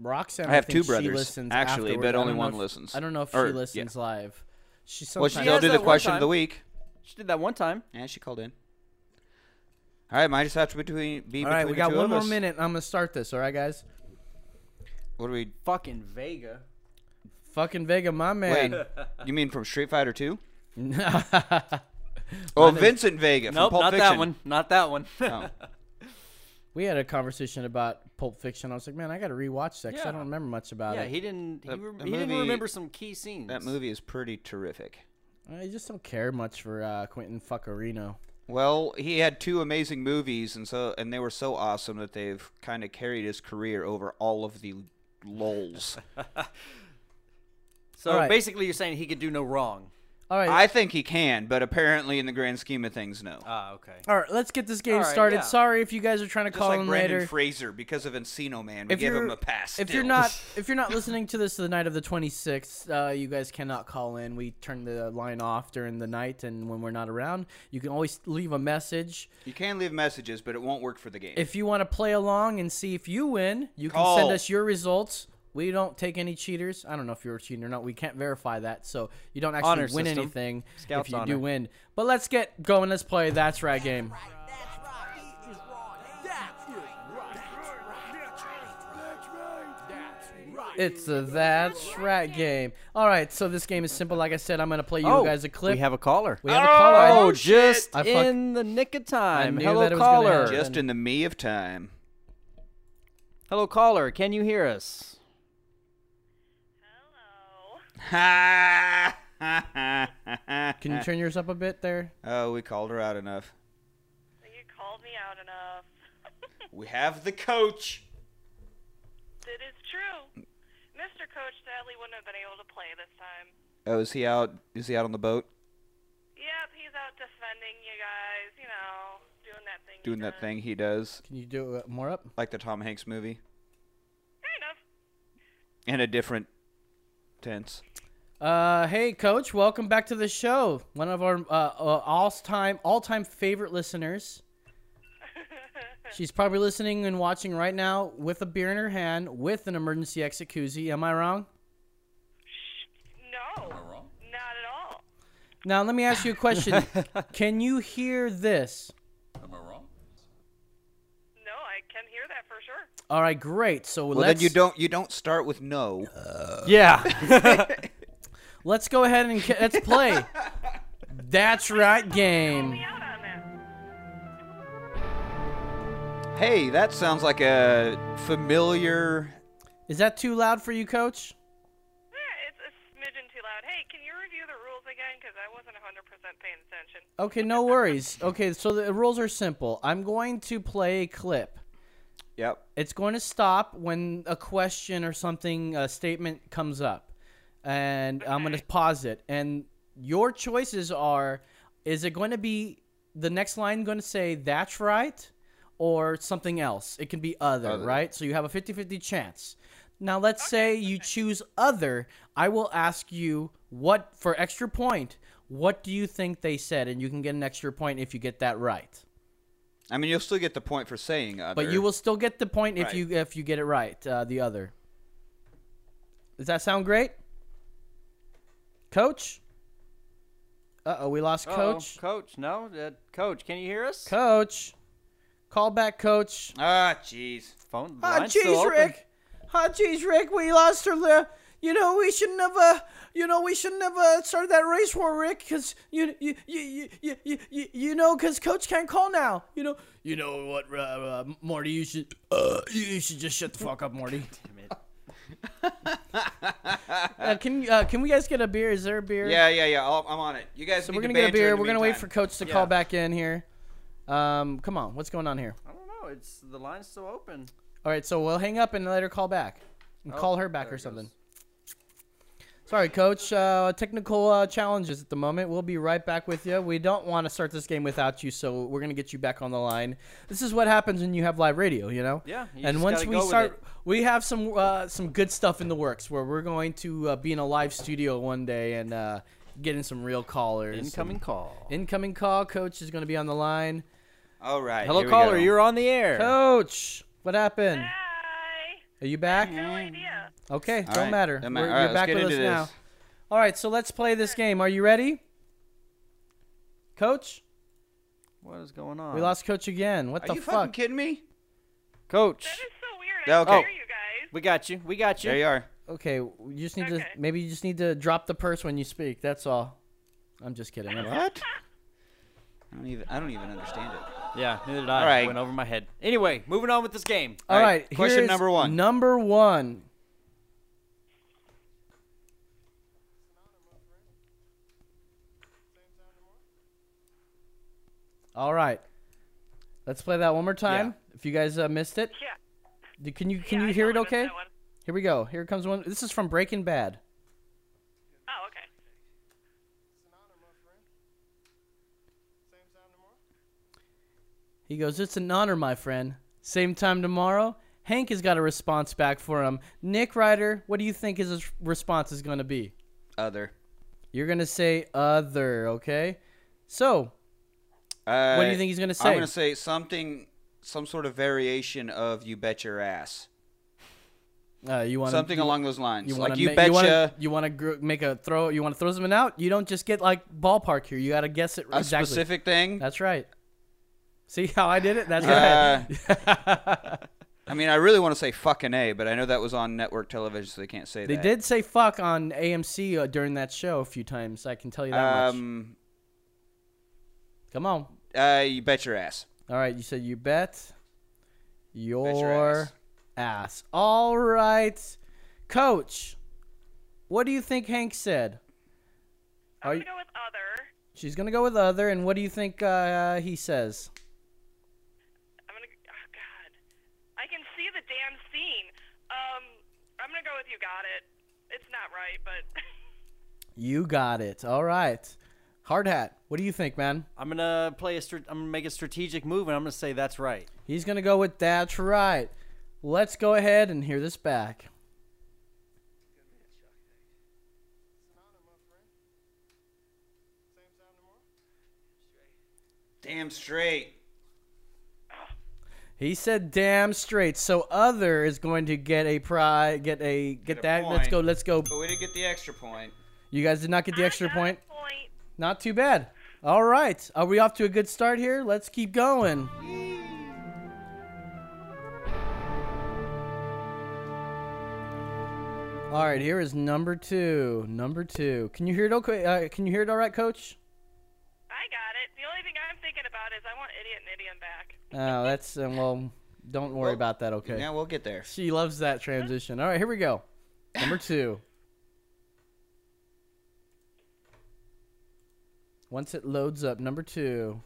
F: Roxanne.
B: I have
F: think
B: two
F: she
B: brothers,
F: listens
B: actually,
F: afterward.
B: but
F: I don't
B: only
F: know
B: one
F: if-
B: listens.
F: I don't know if
B: Or-
F: she
B: yeah.
F: listens live. She
B: Well,
F: sometimes.
B: she'll
A: has
B: do
A: that
B: the
A: one
B: question
A: time.
B: of the week.
A: She did that one time.
B: And she called in. All right, might just have to between be between
F: all right, we
B: the
F: got
B: two
F: one
B: of
F: more
B: us.
F: minute. I'm gonna start this. All right, guys.
B: What do we?
A: Fucking Vega.
F: Fucking Vega, my
B: Wait,
F: man.
B: you mean from Street Fighter Two?
F: we
B: Oh, Vincent Vega from
A: Nope,
B: Pulp
A: not
B: Fiction.
A: that one. Not that one.
B: Oh.
F: had a conversation about Pulp Fiction. I was like, man, I gotta rewatch that 'cause I
A: Yeah.
F: don't remember much about
A: yeah,
F: it.
A: he didn't. He,
B: That-
A: rem
B: that
A: he didn't
B: movie-
A: remember some key scenes.
B: That movie is pretty terrific.
F: I just don't care much for uh, Quentin Fuckerino.
B: Well, he had two amazing movies, and so and they were so awesome that they've kind of carried his career over all of the lols.
A: So
F: All right.
A: basically, you're saying he could do no wrong.
F: All right,
B: I think he can, but apparently, in the grand scheme of things, no.
A: Ah, okay.
F: all right, let's get this game
A: All right,
F: started.
A: yeah.
F: Sorry if you guys are trying to
B: Just
F: call
B: like
F: in
B: Brandon
F: later.
B: Fraser, because of Encino Man, we
F: If
B: give him
F: you're-
B: a pass.
F: If you're
B: still.
F: not if you're not listening to this the night of the 26th, uh, you guys cannot call in. We turn the line off during the night and when we're not around. You can always leave a message.
B: you can leave messages, but it won't work for the game.
F: If you want to play along and see if you win, you can
B: Call.
F: send us your results. We don't take any cheaters. I don't know if you're a cheater or not. We can't verify that. So you don't actually
A: Honor
F: win
A: system.
F: anything
A: Scout's
F: if you
A: honor.
F: do win. But let's get going. Let's play That's Right game. It's a That's Right game. All right. So this game is simple. Like I said, I'm going to play you guys a clip.
A: Oh, We have a caller.
F: We have a caller.
A: oh, just
F: I fuck-
A: in the nick of time.
F: knew
A: Hello,
F: that it was gonna
A: caller.
F: happen.
B: Just in the me of time.
A: Hello, caller. Can you hear us?
F: Can you turn yours up a bit there?
B: oh, we called her out enough.
H: You called me out enough.
B: We have the coach.
H: It is true. Mr. Coach sadly wouldn't have been able to play this time.
B: Oh, is he out? Is he out on the boat
H: Yep, he's out defending you guys, you know, doing that thing. he
B: doing that
H: does.
B: thing he does,
F: Can you do it more up?
B: like the Tom Hanks movie,
H: Kind of.
B: in a different tense?
F: Uh, hey, Coach, welcome back to the show. One of our uh, uh, all-time all-time favorite listeners. She's probably listening and watching right now with a beer in her hand, with an emergency exit koozie. Am I wrong?
H: No. Not at all.
F: Now, let me ask you a question. Can you hear this?
H: No, I can hear that for sure.
F: All right, great. So
B: Well,
F: let's Uh.
B: then you don't you don't start with no.
A: yeah.
F: let's go ahead and ca- let's play. That's right, game.
B: Mm.
H: Me out on that.
B: Hey, that sounds like a familiar.
F: Is that too loud for you, Coach?
H: Yeah, it's a smidgen too loud. Hey, can you review the rules again? Because I wasn't 100% paying attention.
F: Okay, no worries. Okay, so the rules are simple. I'm going to play a clip.
B: Yep.
F: It's going to stop when a question or something, a statement comes up. And I'm going to pause it. And your choices are is it going to be the next line going to say, that's right, or something else? It can be other, right? So you have a 50 50 chance. Now, let's say you choose other. I will ask you what, for extra point, what do you think they said? And you can get an extra point if you get that right.
B: I mean, you'll still get the point for saying other.
F: But you will still get the point if
B: Right.
F: you if you get it right. Uh, the other. Does that sound great, Coach? Uh oh, we lost Coach.
A: Coach, no. Uh, coach, can you hear us?
F: Coach, call back, Coach.
B: Ah, jeez.
A: Phone.
F: Ah,
A: line's still
F: jeez,
A: open.
F: Rick. Ah, jeez, Rick. We lost her. li- You know we should never. You know we should never started that race war, Rick. Cause you you you you you you, you, you know, cause Coach can't call now. You know. You know what, uh, uh, Morty? You should. Uh, you- you should just shut the fuck up, Morty.
A: Damn it.
F: Uh, can you- uh, can we guys get a beer? Is there a beer?
B: Yeah, yeah, yeah. I'll, I'm on it. You guys.
F: So
B: need
F: we're
B: to
F: gonna get a
B: banter in
F: beer.
B: the
F: We're gonna wait for
B: meantime.
F: Coach to
A: Yeah.
F: call back in here. Um, come on, what's going on here?
A: I don't know. It's the line's still open.
F: All right, so we'll hang up and let her call back, and call her back
A: Oh, there
F: or
A: it
F: something.
A: goes.
F: Sorry, Coach. Uh, technical uh, challenges at the moment. We'll be right back with you. We don't want to start this game without you, so we're gonna get you back on the line. This is what happens when you have live radio, you know.
A: Yeah, you
F: and
A: just
F: once
A: gotta
F: we
A: go with
F: start,
A: it.
F: we have some uh, some good stuff in the works where we're going to uh, be in a live studio one day and uh, getting some real callers.
A: Incoming call.
F: Incoming call. Coach is going to be on the line.
B: All right.
A: Hello,
B: here we
A: caller.
B: go.
A: You're on the air.
F: Coach, what happened?
H: Hi.
F: Are you back?
H: No
B: Mm.
H: idea.
F: Okay,
B: All
F: don't
B: right,
F: matter.
B: don't matter.
F: We're- You're
B: All right, let's
F: back
B: get
F: with us
B: into
F: now.
B: this.
F: All right, so let's play this game. Are you ready, Coach?
A: What is going on?
F: We lost Coach again. What
B: Are
F: the
B: you fucking
F: fuck?
B: kidding me?
A: Coach.
H: That is so weird.
B: Yeah,
H: I can
B: okay.
H: hear you guys.
A: We got you. We got you.
B: There you are.
F: Okay, you just need
H: Okay.
F: to maybe you just need to drop the purse when you speak. That's all. I'm just kidding.
B: What? I don't even. I don't even understand it.
A: Yeah, neither did I.
B: All right.
A: Went over my head. Anyway, moving on with this game.
F: All
B: All
F: right,
B: right, question
F: here's
B: number one.
F: Number one. All right, let's play that one more time. If you guys uh, missed it,
H: Yeah.
F: D- can you can
H: Yeah,
F: you
H: I
F: hear it?
H: noticed
F: Okay,
H: that one.
F: here we go. Here comes one. This is from Breaking Bad.
H: Oh, okay.
F: He goes, It's an honor, my friend. Same time tomorrow. Hank has got a response back for him. Nick Ryder, what do you think his response is going to be?
B: Other.
F: You're going to say other, okay? So,
B: Uh,
F: do you think he's gonna say?
B: I'm gonna say something, some sort of variation of "You bet your ass,"
F: uh, you want
B: something along those lines.
F: you wanna
B: like "You
F: ma-
B: betcha."
F: You wanna, you wanna gr- make a throw. You want to throw someone out. You don't just get like ballpark here. You got to guess it
B: a
F: exactly.
B: specific thing.
F: That's right. See how I did it? That's
B: Uh,
F: right.
B: I mean, I really want to say "fucking a," but I know that was on network television, so they can't say
F: they
B: that.
F: did say fuck on AMC uh, during that show a few times. I can tell you that much.
B: Um,
F: Come on.
B: uh, you bet your ass.
F: All right, you said you bet your,
B: ass.
F: ass. All right, coach. What do you think Hank said? Are
H: I'm
F: you-
H: gonna go with other.
F: She's gonna go with other, and what do you think uh, he says?
H: I'm gonna. Oh God, I can see the damn scene. Um, I'm gonna go with you. Got it. It's not right, but
F: You got it. All right, hard hat. What do you think, man?
A: I'm gonna play a. Str- I'm gonna make a strategic move, and I'm gonna say that's right.
F: He's gonna go with that's right. Let's go ahead and hear this back.
B: Damn straight.
F: He said, "Damn straight." So other is going to get a prize. Get a get,
B: a
F: that. Let's
B: point.
F: go. Let's go.
B: But we did get the extra point.
F: You guys did not get the
H: I
F: extra
H: got a
F: point.
H: point.
F: Not too bad. All right. Are we off to a good start here? Let's keep going. All right, here is number 2. Number 2. Can you hear it okay? Uh, can you hear it all right, coach?
H: I got it. The only thing I'm thinking about is I want idiot and idiom back.
F: Oh, that's uh, well, don't worry about that, okay?
B: Yeah, we'll get there.
F: She loves that transition. All right, here we go. Number 2. Once it loads up, number 2.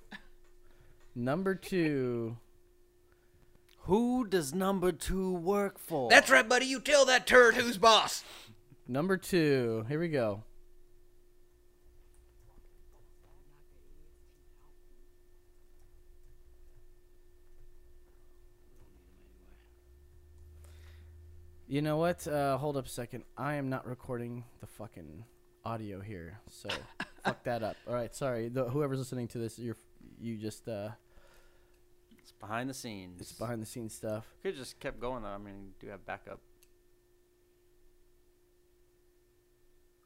F: Number 2.
A: Who does number two work for?
B: That's right, buddy. You tell that turd who's boss.
F: Number two. Here we go. You know what? Uh, hold up a second. I am not recording the fucking audio here, so fuck that up. All right, sorry. The, whoever's listening to this, you're you just uh,
A: It's behind the scenes.
F: it's behind the scenes stuff.
A: Could just kept going though. I mean, you do have backup.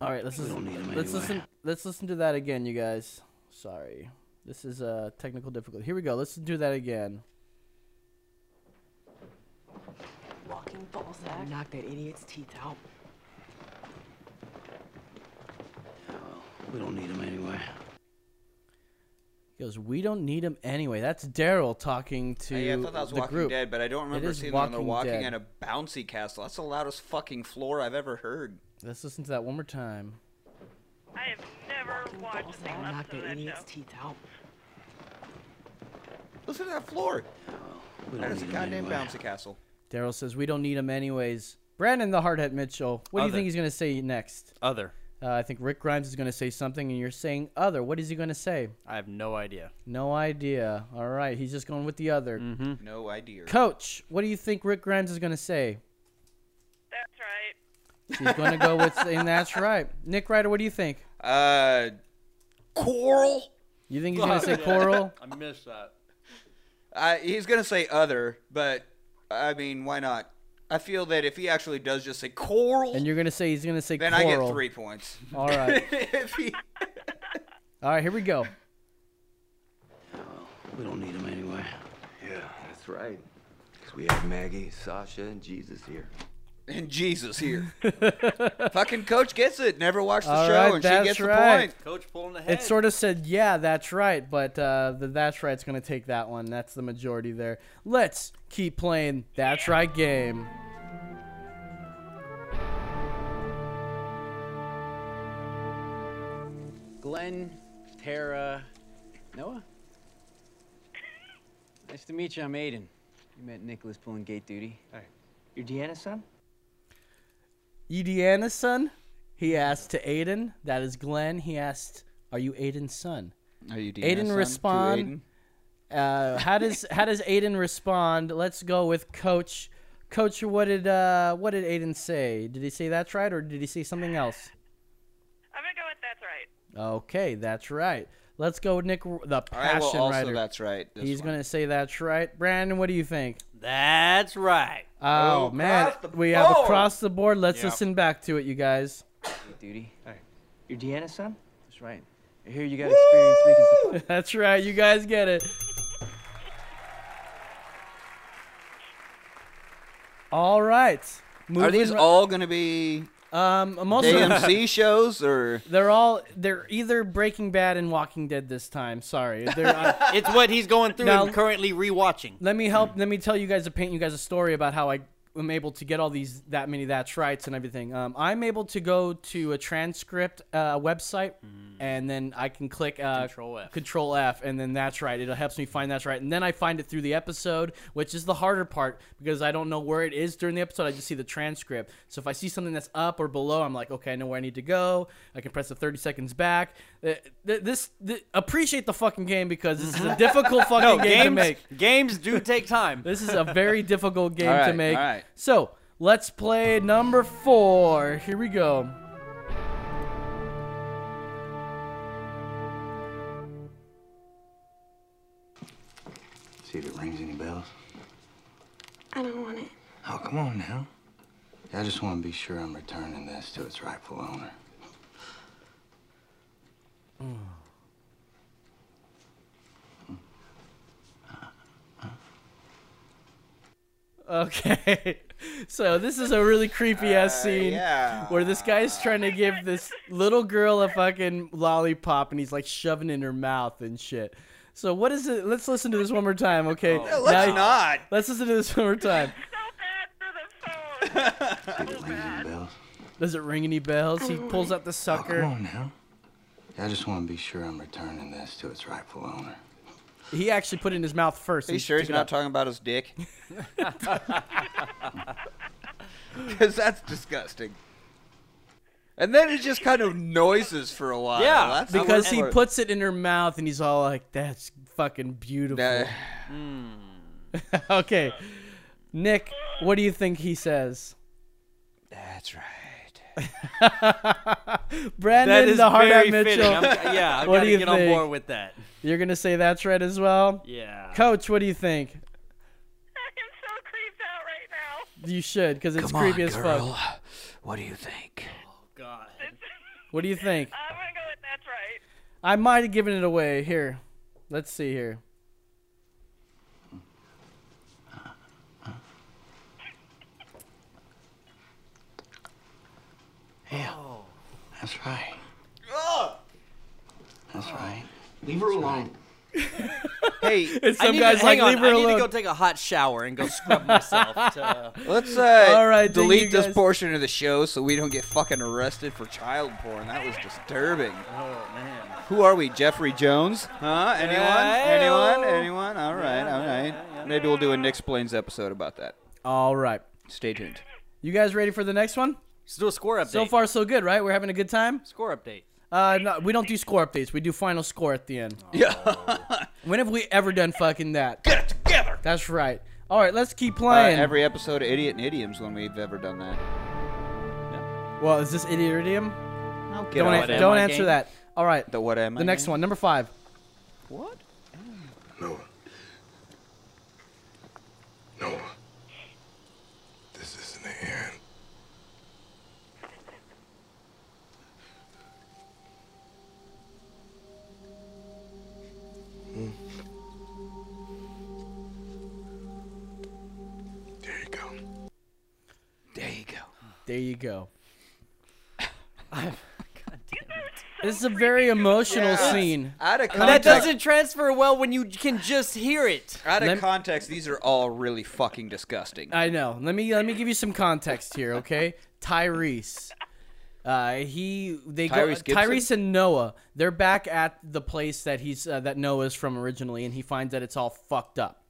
F: All right, let's listen. Let's listen. Let's listen to that again, you guys. Sorry, this is a uh, technical difficulty. Here we go. Let's do that again.
J: Walking eh? ballsack. Knock that idiot's teeth out.
C: We don't need him anyway.
F: He goes, "We don't need him anyway." That's Daryl talking to
B: yeah, I thought that was
F: the
B: Walking
F: group.
B: Dead, but I don't remember
F: is
B: seeing them when they're
F: Walking
B: walking
F: Dead.
B: in a bouncy castle. That's the loudest fucking floor I've ever heard.
F: Let's listen to that one more time.
H: I have never watched a
J: Ballsack.
H: single
J: Knock
H: episode of
J: that
H: that show.
J: idiot's teeth out.
B: Listen to that floor.
F: Oh,
B: That is a goddamn bouncy castle.
F: Daryl says, "We don't need him anyways." Brandon the Hardhead Mitchell. What do you
A: Other.
F: think he's gonna say next?
A: Other.
F: Uh, I think Rick Grimes is gonna say something, and you're saying other. What is he gonna say?
A: I have no idea.
F: No idea. All right, he's just going with the other.
B: Mm-hmm. No idea.
F: Coach, what do you think Rick Grimes is gonna say?
H: That's right.
F: She's gonna go with, and that's right. Nick Ryder, what do you think?
B: Uh, Coral.
F: You think he's gonna say coral?
A: I missed that.
B: I, he's gonna say other, but I mean, why not? I feel that if he actually does just say coral,
F: And you're gonna say he's gonna say
B: then I
F: coral.
B: get three points.
F: All right.
B: if he,
F: All right, here we go.
C: We don't need him anyway.
K: Yeah, that's right. 'Cause we have Maggie, Sasha, and Jesus here.
B: and Jesus here, fucking coach gets it. Never watched the
F: All
B: show,
F: right,
B: and
F: that's
B: she gets
F: right.
B: the point.
A: Coach pulling the
F: It sort of said, "Yeah, that's right," but uh, the "that's right's gonna take that one. That's the majority there. Let's keep playing "that's right" game.
L: Glenn, Tara, Noah. Nice to meet you. I'm Aiden. You met Nicholas pulling gate duty. Hi. You're Deanna's son?
F: Ediana's son. He asked to Aiden. That is Glenn. He asked, "Are you Aiden's son?"
B: Are you Deanna's son
F: Aiden
B: to
F: respond. Uh, how does how does Aiden respond? Let's go with Coach. Coach, what did uh, what did Aiden say? Did he say that's right, or did he say something else?
H: I'm gonna go with that's right.
F: Okay, that's right. Let's go with Nick, R- the
B: All right,
F: passion
B: well, also
F: writer.
B: that's right. This
F: He's
B: one.
F: gonna say that's right. Brandon, what do you think?
A: That's right.
F: Oh,
A: Across
F: man,
A: the
F: we have
A: board.
F: across the board. Let's
A: Yeah.
F: listen back to it, you guys.
L: Gate duty. Hi. You're Deanna's son? That's right. I hear you got experience making some.
F: that's right. You guys get it. All right.
B: Are these
F: ri-
B: all gonna be
F: um I'm also-
B: AMC shows or?
F: They're all they're either Breaking Bad and Walking Dead this time. Sorry, They're, uh,
A: it's what he's going through
F: Now-
A: and currently rewatching.
F: let me
A: Mm.
F: help. Let me tell you guys to paint you guys a story about how I am able to get all these that many that's rights and everything. Um, I'm able to go to a transcript uh, website and then I can click uh,
A: Mm. Control F.
F: Control F, and then that's right. It helps me find that's right, and then I find it through the episode, which is the harder part because I don't know where it is during the episode. I just see the transcript. So if I see something that's up or below, I'm like, okay, I know where I need to go. I can press the 30 seconds back. Th- th- This th- appreciate the fucking game because this is a difficult fucking
A: No,
F: game to
A: games-
F: make.
A: Games do take time.
F: This is a very difficult game
A: All
F: to
A: right,
F: make.
A: all right.
F: So let's play number four. Here we go.
K: See if it rings any bells.
E: I don't want it.
K: Oh, come on now. I just want to be sure I'm returning this to its rightful owner.
F: Okay. So this is a really creepy ass scene
B: Uh, yeah.
F: where this guy's trying to give this little girl a fucking lollipop and he's like shoving it in her mouth and shit. So what is it? Let's listen to this one more time, okay?
B: No, let's not.
F: Let's listen to this one more time. Does it ring any bells? He pulls out the
K: Come
F: sucker.
K: on now. I just want to be sure I'm returning this to its rightful owner.
F: He actually put it in his mouth first.
B: Are you
F: and
B: sure he's
F: took it
B: not
F: out.
B: talking about his dick? Because that's disgusting. And then it just kind of noises for a while. That's not
F: because
B: what-
F: he
B: or-
F: puts it in her mouth and he's all like, "That's fucking beautiful."
B: Nah.
F: okay, Nick, what do you think he says?
B: That's right.
F: Brandon
A: That is
F: the hard
A: very
F: Mitchell.
A: fitting. I'm- yeah, I've
F: what
A: gotta
F: do you
A: get on
F: think?
A: board with that.
F: You're gonna say that's right as well.
A: Yeah.
F: Coach, what do you think? You should, because it's
K: Come on,
F: creepy as
K: girl.
F: fuck.
K: What do you think?
A: God.
F: What do you think? I'm gonna go with that's right. I might have given it away. Here, let's see here.
K: Yeah. That's right. That's right.
C: Leave her alone.
B: Hey,
A: And some I need guys to, like leave her I need to go take a hot shower and go scrub myself. To...
B: Let's uh,
F: All right, thank you
B: delete this
F: guys.
B: portion of the show so we don't get fucking arrested for child porn. That was disturbing.
A: Oh man.
B: Who are we, Jeffrey Jones? Huh? Anyone?
A: Hey-o.
B: Anyone? Anyone? All right, all right. Maybe we'll do a Nick Explains episode about that.
F: All right.
B: Stay tuned.
F: You guys ready for the next one?
A: Let's do a score update.
F: So far, so good, right? We're having a good time.
A: Score update.
F: Uh, no, we don't do score updates. We do final score at the end.
B: Yeah.
F: when have we ever done fucking that? Get
B: it together.
F: That's right. All right, let's keep
B: Uh,
F: playing.
B: every episode of Idiot and Idioms when we've ever done that.
F: well, is this idiot or idiom?
B: Get
F: Don't,
B: off
F: an-
B: that. eh?
F: don't answer that. All right.
B: The what am I?
F: The next
B: game?
F: one, number five.
B: What?
M: Noah. Noah. This is Hmm.
F: There you go. This is a very emotional
B: Yeah.
F: scene. Uh,
B: Out of
A: That
B: context.
A: doesn't transfer well when you can just hear it.
B: Out of
F: Lem- Uh,
B: context, these are all really fucking disgusting.
F: I know. Let me let me give you some context here, okay? Tyrese. Uh, he they
B: Tyrese Gibson?
F: go Tyrese and Noah. They're back at the place that he's uh, that Noah's from originally, and he finds that it's all fucked up.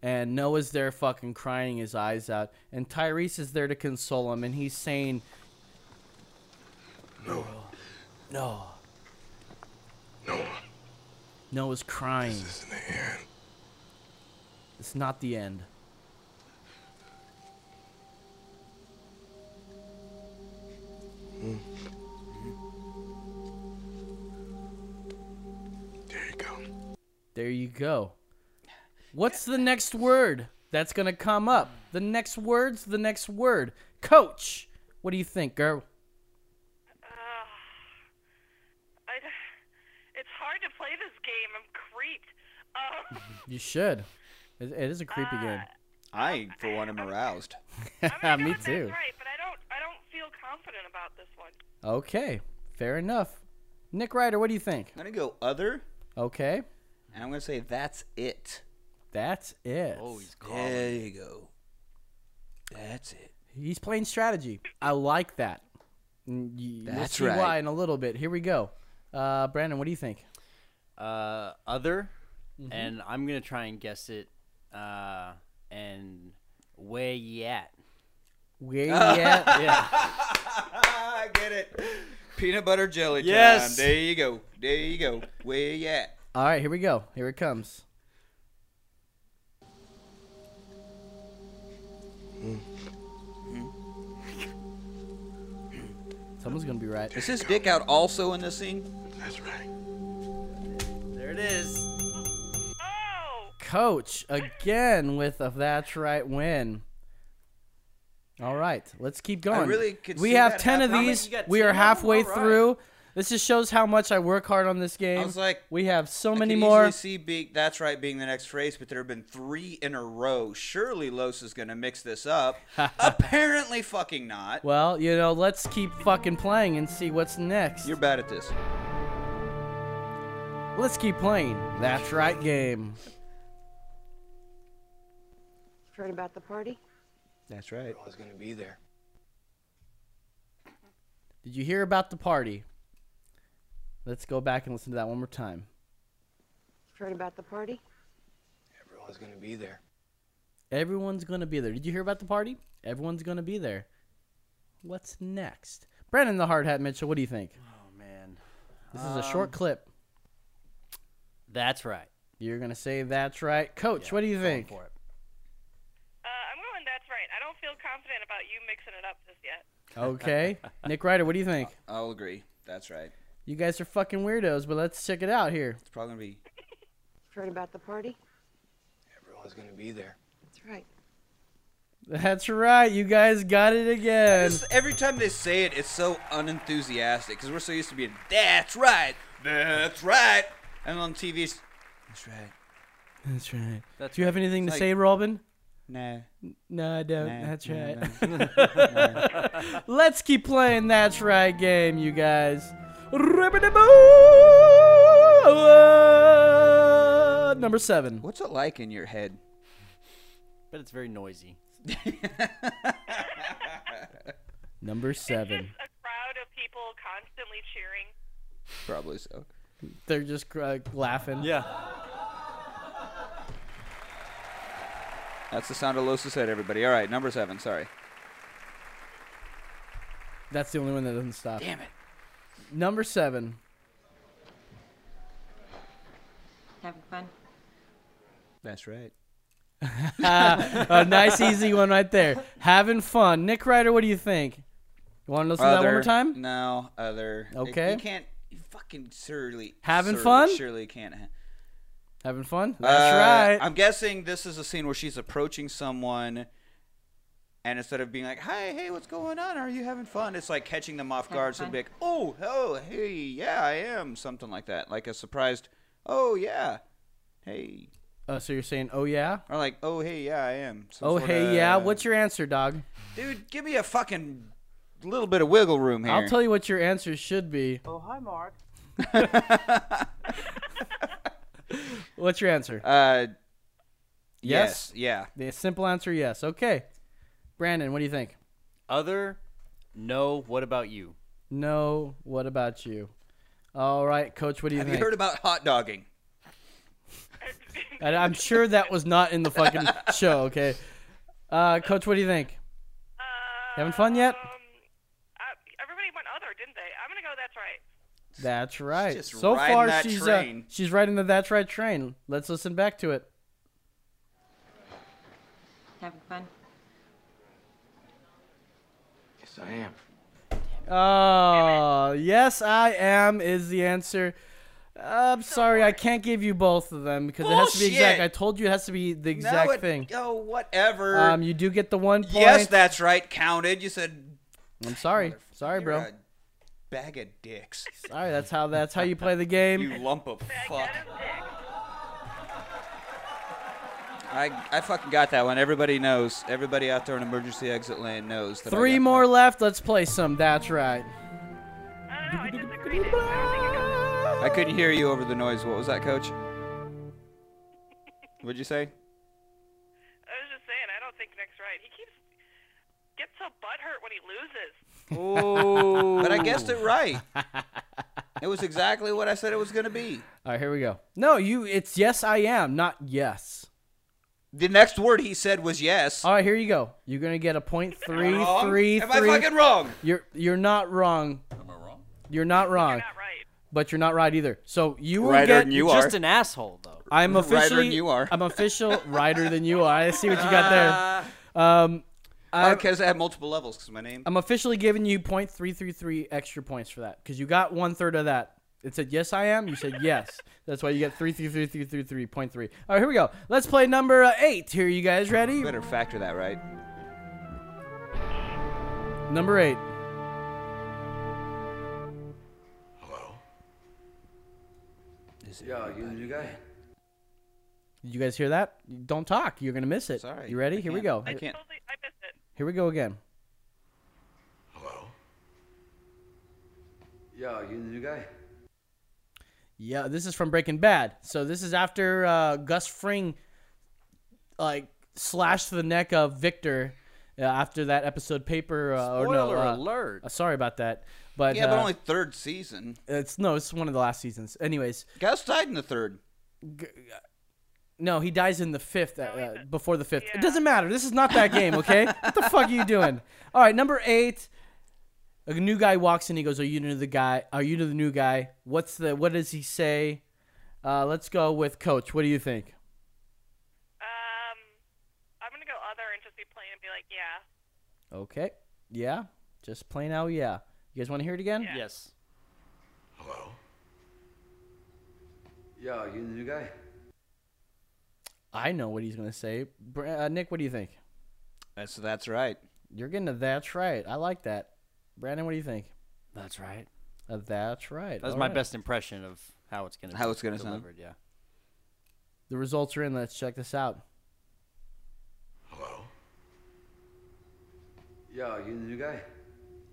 F: And Noah's there, fucking crying his eyes out, and Tyrese is there to console him, and he's saying, "No, no,
D: No.
F: Noah's crying. This isn't the end. It's not the end." There you go. What's the next word that's going to come up? The next word's the next word. Coach, what do you think, girl?
H: I, it's hard to play this game. I'm creeped. Um,
F: You should. It, it is a creepy game.
B: I, for one, am aroused.
F: Me too.
H: right, but I don't. I don't feel confident about this one.
F: Okay, fair enough. Nick Ryder, what do you think?
B: I'm gonna go other,
F: Okay,
B: and I'm gonna say that's it.
F: that's it.
B: Oh, he's calling. There you go. That's it.
F: He's playing strategy. I like that. Mm, y- we'll
B: That's
F: see
B: right.
F: why in a little bit. Here we go. Uh, Brandon, what do you think?
A: uh, other, and I'm gonna try and guess it. Uh, and where you at?
F: Where you
A: at?
B: I get it. Peanut butter jelly time.
A: Yes.
B: There you go. There you go. Where you at?
F: All right, here we go. Here it comes. Someone's gonna be right.
B: Is his dick out also in this scene?
D: That's right.
A: There it is.
H: Oh,
F: Coach again with a that's right win. All right, let's keep going.
B: really could
F: we
B: see
F: have
B: that
F: ten
B: happen.
F: of
B: How many-
F: these.
B: you got
F: We
B: 10
F: are
B: of them?
F: halfway
B: All right.
F: through. This just shows how much I work hard on this game.
B: was like,
F: we have so many
B: Can
F: more.
B: easily see be- that's right being the next phrase, but there have been three in a row. Surely Los is gonna mix this up. Apparently, fucking not.
F: Well, you know, let's keep fucking playing and see what's next.
B: You're bad at this.
F: Let's keep playing. That's right, game.
J: Heard about the party?
B: That's right.
K: I was gonna be there.
F: Did you hear about the party? Let's go back and listen to that one more time.
J: Heard about the party?
K: I was gonna be there.
F: Everyone's going to be there. Did you hear about the party? Everyone's going to be there. What's next? Brandon the Hard Hat Mitchell, what do you think?
A: Oh man,
F: This is a short
A: Um,
F: clip.
A: That's right.
F: You're going to say that's right. Coach, what do you think?
H: Uh, I'm going. That's right. I don't feel confident about you mixing it up just yet.
F: Okay. Nick Ryder, what do you think?
B: I'll agree. That's right.
F: You guys are fucking weirdos, but let's check it out here.
B: It's probably gonna be.
J: Heard about the party?
K: I was gonna be there.
J: That's right.
F: That's right. You guys got it again.
B: Just every time they say it, it's so unenthusiastic because we're so used to being. That's right. That's right. And on TV, it's, that's right.
F: That's right.
B: That's
F: Do you have
B: right.
F: anything to
B: It's like-
F: say, Robin?
B: No.
F: No, I don't.
B: No,
F: that's
B: no,
F: right. Let's keep playing That's Right game, you guys. Uh, Number seven.
B: What's it like in your head?
A: But it's very noisy.
F: Number seven.
H: A crowd of people constantly cheering.
B: Probably so.
F: They're just uh, laughing.
A: Yeah.
B: That's the sound of Los' head, everybody. All right, number seven. Sorry.
F: That's the only one that doesn't stop.
B: Damn it.
F: Number seven.
J: Having fun?
B: That's right.
F: a nice, easy one right there. Having fun. Nick Ryder, what do you think? You want to listen to that one more time?
B: No, other. It-
F: Okay.
B: You can't. You fucking surely.
F: Having
B: surely-
F: fun?
B: Surely can't. ha-
F: Having fun?
B: Uh,
F: That's right.
B: I'm guessing this is a scene where she's approaching someone, and instead of being like, "Hi, hey, what's going on? Are you having fun?" It's like catching them off guard. So it'd be like, "Oh, oh, hey, yeah, I am," something like that, like a surprised, "Oh, yeah, hey,"
F: Uh, so you're saying, oh yeah?
B: or like, "Oh, hey, yeah, I am." Some
F: Oh
B: sort
F: hey
B: of-
F: yeah? What's your answer, dog?
B: dude? Give me a fucking little bit of wiggle room here.
F: I'll tell you what your answer should be.
M: Oh, hi, Mark.
F: What's your answer?
B: Uh, yes, yeah.
F: The simple answer, yes. Okay. Brandon, what do you think?
A: Other, no. What about you?
F: No. What about you? All right, Coach. What do you
B: Have you
F: think?
B: heard about hot dogging?
F: And I'm sure that was not in the fucking show. Okay, uh, Coach. What do you think? Having fun yet?
H: Um,
F: That's right.
B: just
F: so
B: riding
F: far,
B: that
F: she's Uh,
B: train.
F: she's riding the that's right train. Let's listen back to it.
J: Having fun?
K: Yes, I am.
F: Oh, yes, I am is the answer. I'm sorry, I can't give you both of them because it has to be exact.
B: Bullshit.
F: I told you it has to be the
B: No,
F: exact
B: it-
F: thing.
B: Oh, whatever.
F: Um, you do get the one point.
B: yes, that's right. Counted. You said
F: I'm sorry, sorry,
B: You're
F: bro.
B: a bag of dicks.
F: Sorry, that's how that's how you play the game.
B: You lump of fuck. I, I fucking got that one. Everybody knows. Everybody out there in emergency exit land knows. That I
F: Three
B: got-
F: more left. Let's play some. That's right.
B: I couldn't hear you over the noise. What was that, Coach? What'd you say?
H: I was just saying, I don't think Nick's right. He keeps gets so butthurt when he loses.
B: but I guessed it right. It was exactly what I said it was going to be.
F: All right, here we go. No, you. It's yes, I am, not yes.
B: The next word he said was yes.
F: All right, here you go. You're gonna get a point three
B: Wrong?
F: three
B: Am I
F: three.
B: fucking wrong?
F: You're you're not wrong. Am I wrong? You're not wrong. You're not
H: right.
F: But you're not right either. So you will
B: Righter
F: get
B: than you
A: Just an asshole, though.
F: I'm
A: Righter than
F: officially.
A: you
B: are.
F: I'm official rider than you are. I see what you got there. Um, I,
B: Because I had multiple levels because my name.
F: I'm officially giving you point three three three extra points for that because you got one third of that. It said yes, I am. You said yes. That's why you get three three three three three three point three. All right, here we go. Let's play number uh, eight. Here, you guys ready?
B: Better factor that right.
F: Number eight.
C: Yo, you the new guy?
F: Did you guys hear that? Don't talk. You're gonna miss it.
B: Sorry.
F: You ready?
B: I
F: Here we
B: can't-
F: go.
B: I can't.
F: Here we go again.
C: Yo, you the new guy?
F: Yeah, this is from Breaking Bad. So this is after uh, Gus Fring like slashed the neck of Victor uh, after that episode paper uh, or no,
B: Spoiler
F: uh,
B: alert.
F: uh, sorry about that. But
B: yeah, but
F: uh,
B: only third season.
F: it's no, it's one of the last seasons. Anyways,
B: Gus died in the third.
F: no, he dies in the fifth, uh, uh, before the fifth. It doesn't matter. This is not that game, okay? what the fuck are you doing? All right, number eight. A new guy walks in. He goes, "Are you the guy? Are you the new guy? What's the? What does he say?" Uh, let's go with Coach. What do you think?
H: Um, I'm gonna go other and just be plain and be like, yeah.
F: Okay. Yeah. Just plain out. Yeah. You guys want to hear it again?
A: Yes.
C: Hello? Yo, you the new guy?
F: I know what he's gonna say. Br- Uh, Nick, what do you think?
B: That's that's right.
F: You're getting a that's right. I like that. Brandon, what do you think?
A: That's right.
F: A that's right.
A: That was
F: All
A: my
F: right.
A: best impression of how it's gonna
B: How
A: be
B: it's gonna sound.
A: delivered, Yeah.
F: The results are in. Let's check this out.
C: Yo, you the new guy?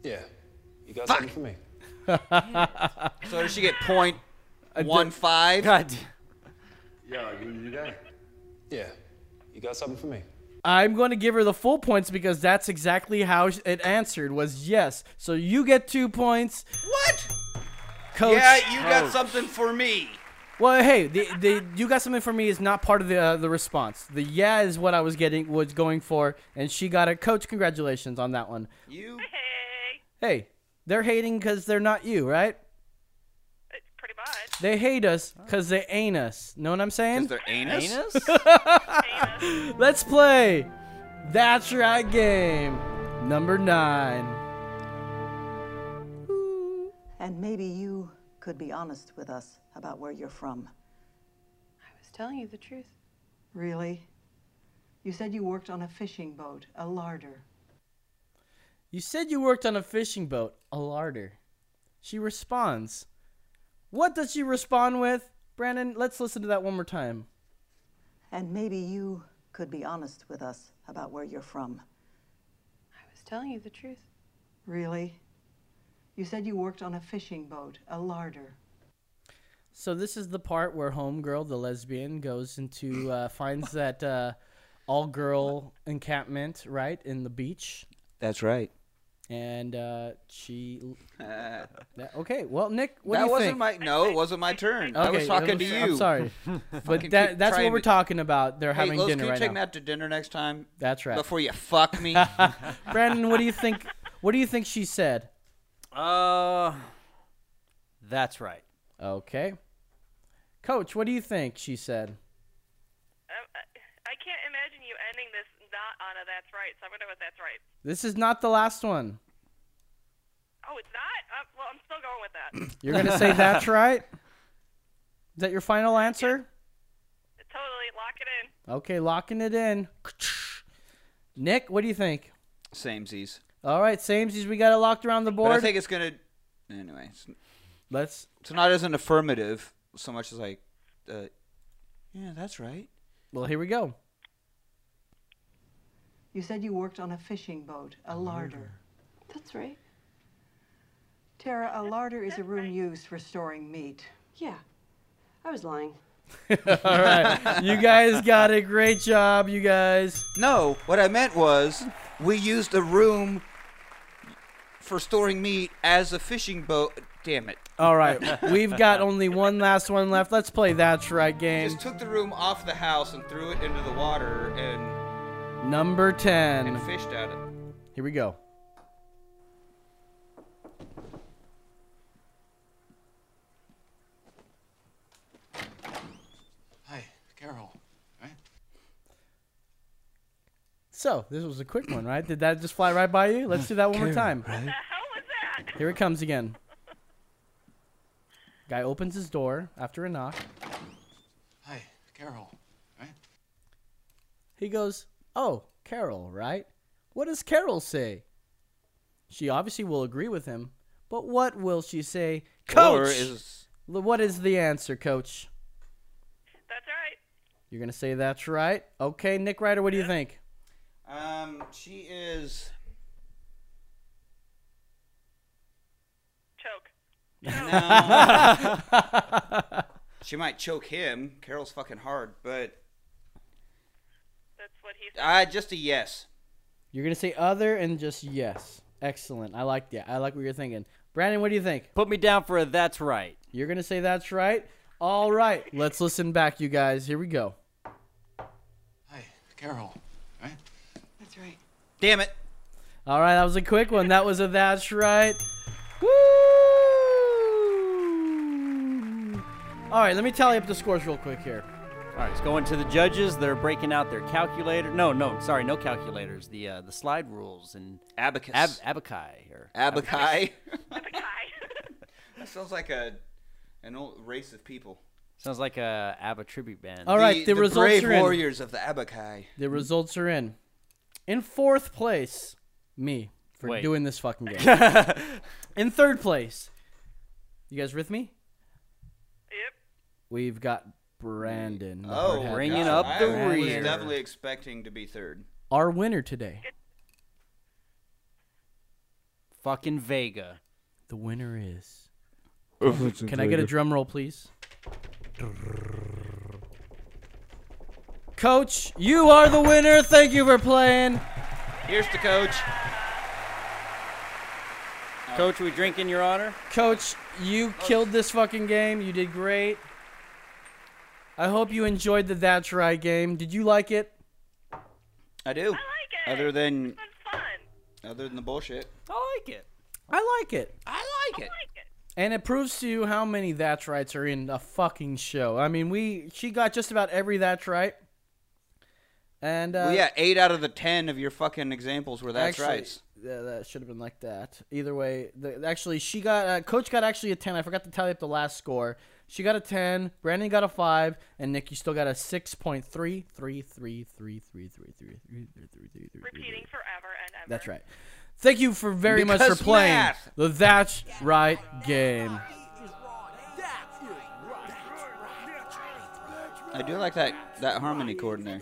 C: Yeah. You got
B: something
C: for me?
B: So does she get point one five?
A: God.
C: Yo, you the new guy? Yeah. You got something for me?
F: I'm going to give her the full points because that's exactly how sh- it answered was yes. So you get two points.
B: What?
F: Coach.
B: Yeah, you
F: Oh.
B: got something for me.
F: Well, hey, the, the you got something for me is not part of the uh, the response. The yeah is what I was getting was going for, and she got it. Coach, congratulations on that one.
B: You.
F: Hey, they're hating because they're not you, right? Pretty much. They hate us because they ain't us. Know what I'm saying?
B: They're anus.
F: Let's play. That's right game number nine.
N: And maybe you could be honest with us about where you're from.
J: I was telling you the truth.
N: Really? You said you worked on a fishing boat, a larder.
F: You said you worked on a fishing boat, a larder. She responds. What does she respond with? Brandon, let's listen to that one more time.
N: And maybe you could be honest with us about where you're from.
J: I was telling you the truth.
N: Really? You said you worked on a fishing boat, a larder.
F: So this is the part where Homegirl, the lesbian, goes into uh, finds that uh, all-girl encampment right in the beach,
B: That's right.
F: and uh, she. that- okay, well, Nick, what
B: that
F: do you
B: wasn't
F: think?
B: my no. It wasn't my turn. I was
F: Okay,
B: talking
F: it
B: to
F: was-
B: you.
F: I'm sorry, but
B: Fucking
F: that,
B: keep
F: that's
B: trying
F: what we're
B: to-
F: talking about. They're
B: Hey,
F: having
B: Los,
F: dinner
B: can you
F: right
B: take
F: now.
B: that to dinner next time?
F: That's right.
B: Before you fuck me.
F: Brandon, what do you think? What do you think she said?
A: Uh, that's right.
F: Okay, Coach, what do you think she said?
H: I can't imagine you ending this not on a that's right, so I'm gonna go with that's right.
F: This is not the last one.
H: Oh, it's not? Uh, well, I'm still going with that.
F: You're gonna say that's right. Is that your final answer?
H: Totally, lock it in.
F: Okay, locking it in. Nick, what do you think?
B: Samesies.
F: All right, samesies, we got it locked around the
B: But
F: board.
B: I think it's gonna. Anyway, it's,
F: let's.
B: It's not as an affirmative so much as like. Uh, yeah, that's right.
F: Well, here we go.
N: You said you worked on a fishing boat, a larder.
E: That's right.
N: Tara, a larder is a room used for storing meat.
E: Yeah. I was lying.
F: All right, you guys got a great job, you guys.
B: No, what I meant was we used a room for storing meat as a fishing boat. Damn it!
F: All right, we've got only one last one left. Let's play that's right
B: We
F: game
B: just took the room off the house and threw it into the water and
F: number ten.
B: and fished at it.
F: Here we go.
K: Hi, Carol.
F: So this was a quick one, right? Did that just fly right by you? Let's do that one more
K: Carol,
F: time.
K: right? What the
F: Here it comes again. Guy opens his door after a knock.
K: Hi, Carol.
F: He goes, "Oh, Carol, right? What does Carol say?" She obviously will agree with him, but what will she say,
B: Or
F: Coach?
B: is-
F: L- What is the answer, Coach?
H: That's right.
F: You're gonna say that's right. Okay, Nick Ryder, what do you think?
B: Um, she is.
H: Choke.
B: No. she might choke him. Carol's fucking hard, but.
H: That's what he
B: said. Uh, just a yes.
F: You're gonna say other and just yes. Excellent. I like that. I like what you're thinking. Brandon, what do you think?
A: Put me down for a that's right.
F: You're gonna say that's right. All right, let's listen back, you guys. Here we go.
K: Carol.
J: That's right.
B: Damn it.
F: All right, that was a quick one. That was a that's right. Woo! All right, let me tally up the scores real quick here.
A: All right, it's going to the judges. They're breaking out their calculator. No, no, sorry, no calculators. The uh, the slide rules and
B: abacus,
A: ab, abacai, or
B: Abacai.
H: Abacai.
B: that sounds like a an old race of people.
A: Sounds like a ABBA tribute band.
F: All right, the, results
B: brave
F: are in.
B: warriors of the Abacai.
F: The results are in. In fourth place, me for
A: Wait.
F: doing this fucking game. in third place, you guys with me? Yep. We've got Brandon.
B: Oh,
F: the hard hat.
B: I was definitely expecting to be third.
F: Our winner today.
A: Fucking Vega.
F: The winner is.
A: If it's in
F: Can I get a
A: Vegas.
F: drum roll, please? Coach, you are the winner. Thank you for playing.
B: Here's the coach.
A: Coach, we drink in your honor.
F: Coach, you killed this fucking game. You did great. I hope you enjoyed the That's Right game. Did you like it?
B: I do. I like it. Other than Other than the
F: Uh,
B: bullshit.
A: I like it.
F: I like it.
B: I like it.
F: And it proves to you how many That's Rights are in a fucking show. I mean, we she got just about every That's Right. And uh,
B: well, yeah, eight out of the ten of your fucking examples were that's
F: actually,
B: right.
F: Yeah, that should have been like that. Either way, the, actually, she got uh, coach got actually a ten. I forgot to tally up the last score. She got a ten. Brandon got a five, and Nick, you still got a six point three three three three three three three three three three three. Repeating
H: forever and ever.
F: That's right. Thank you for very much for
B: Because
F: playing
B: math.
F: the That's Right game.
B: I do like that that harmony chord in there.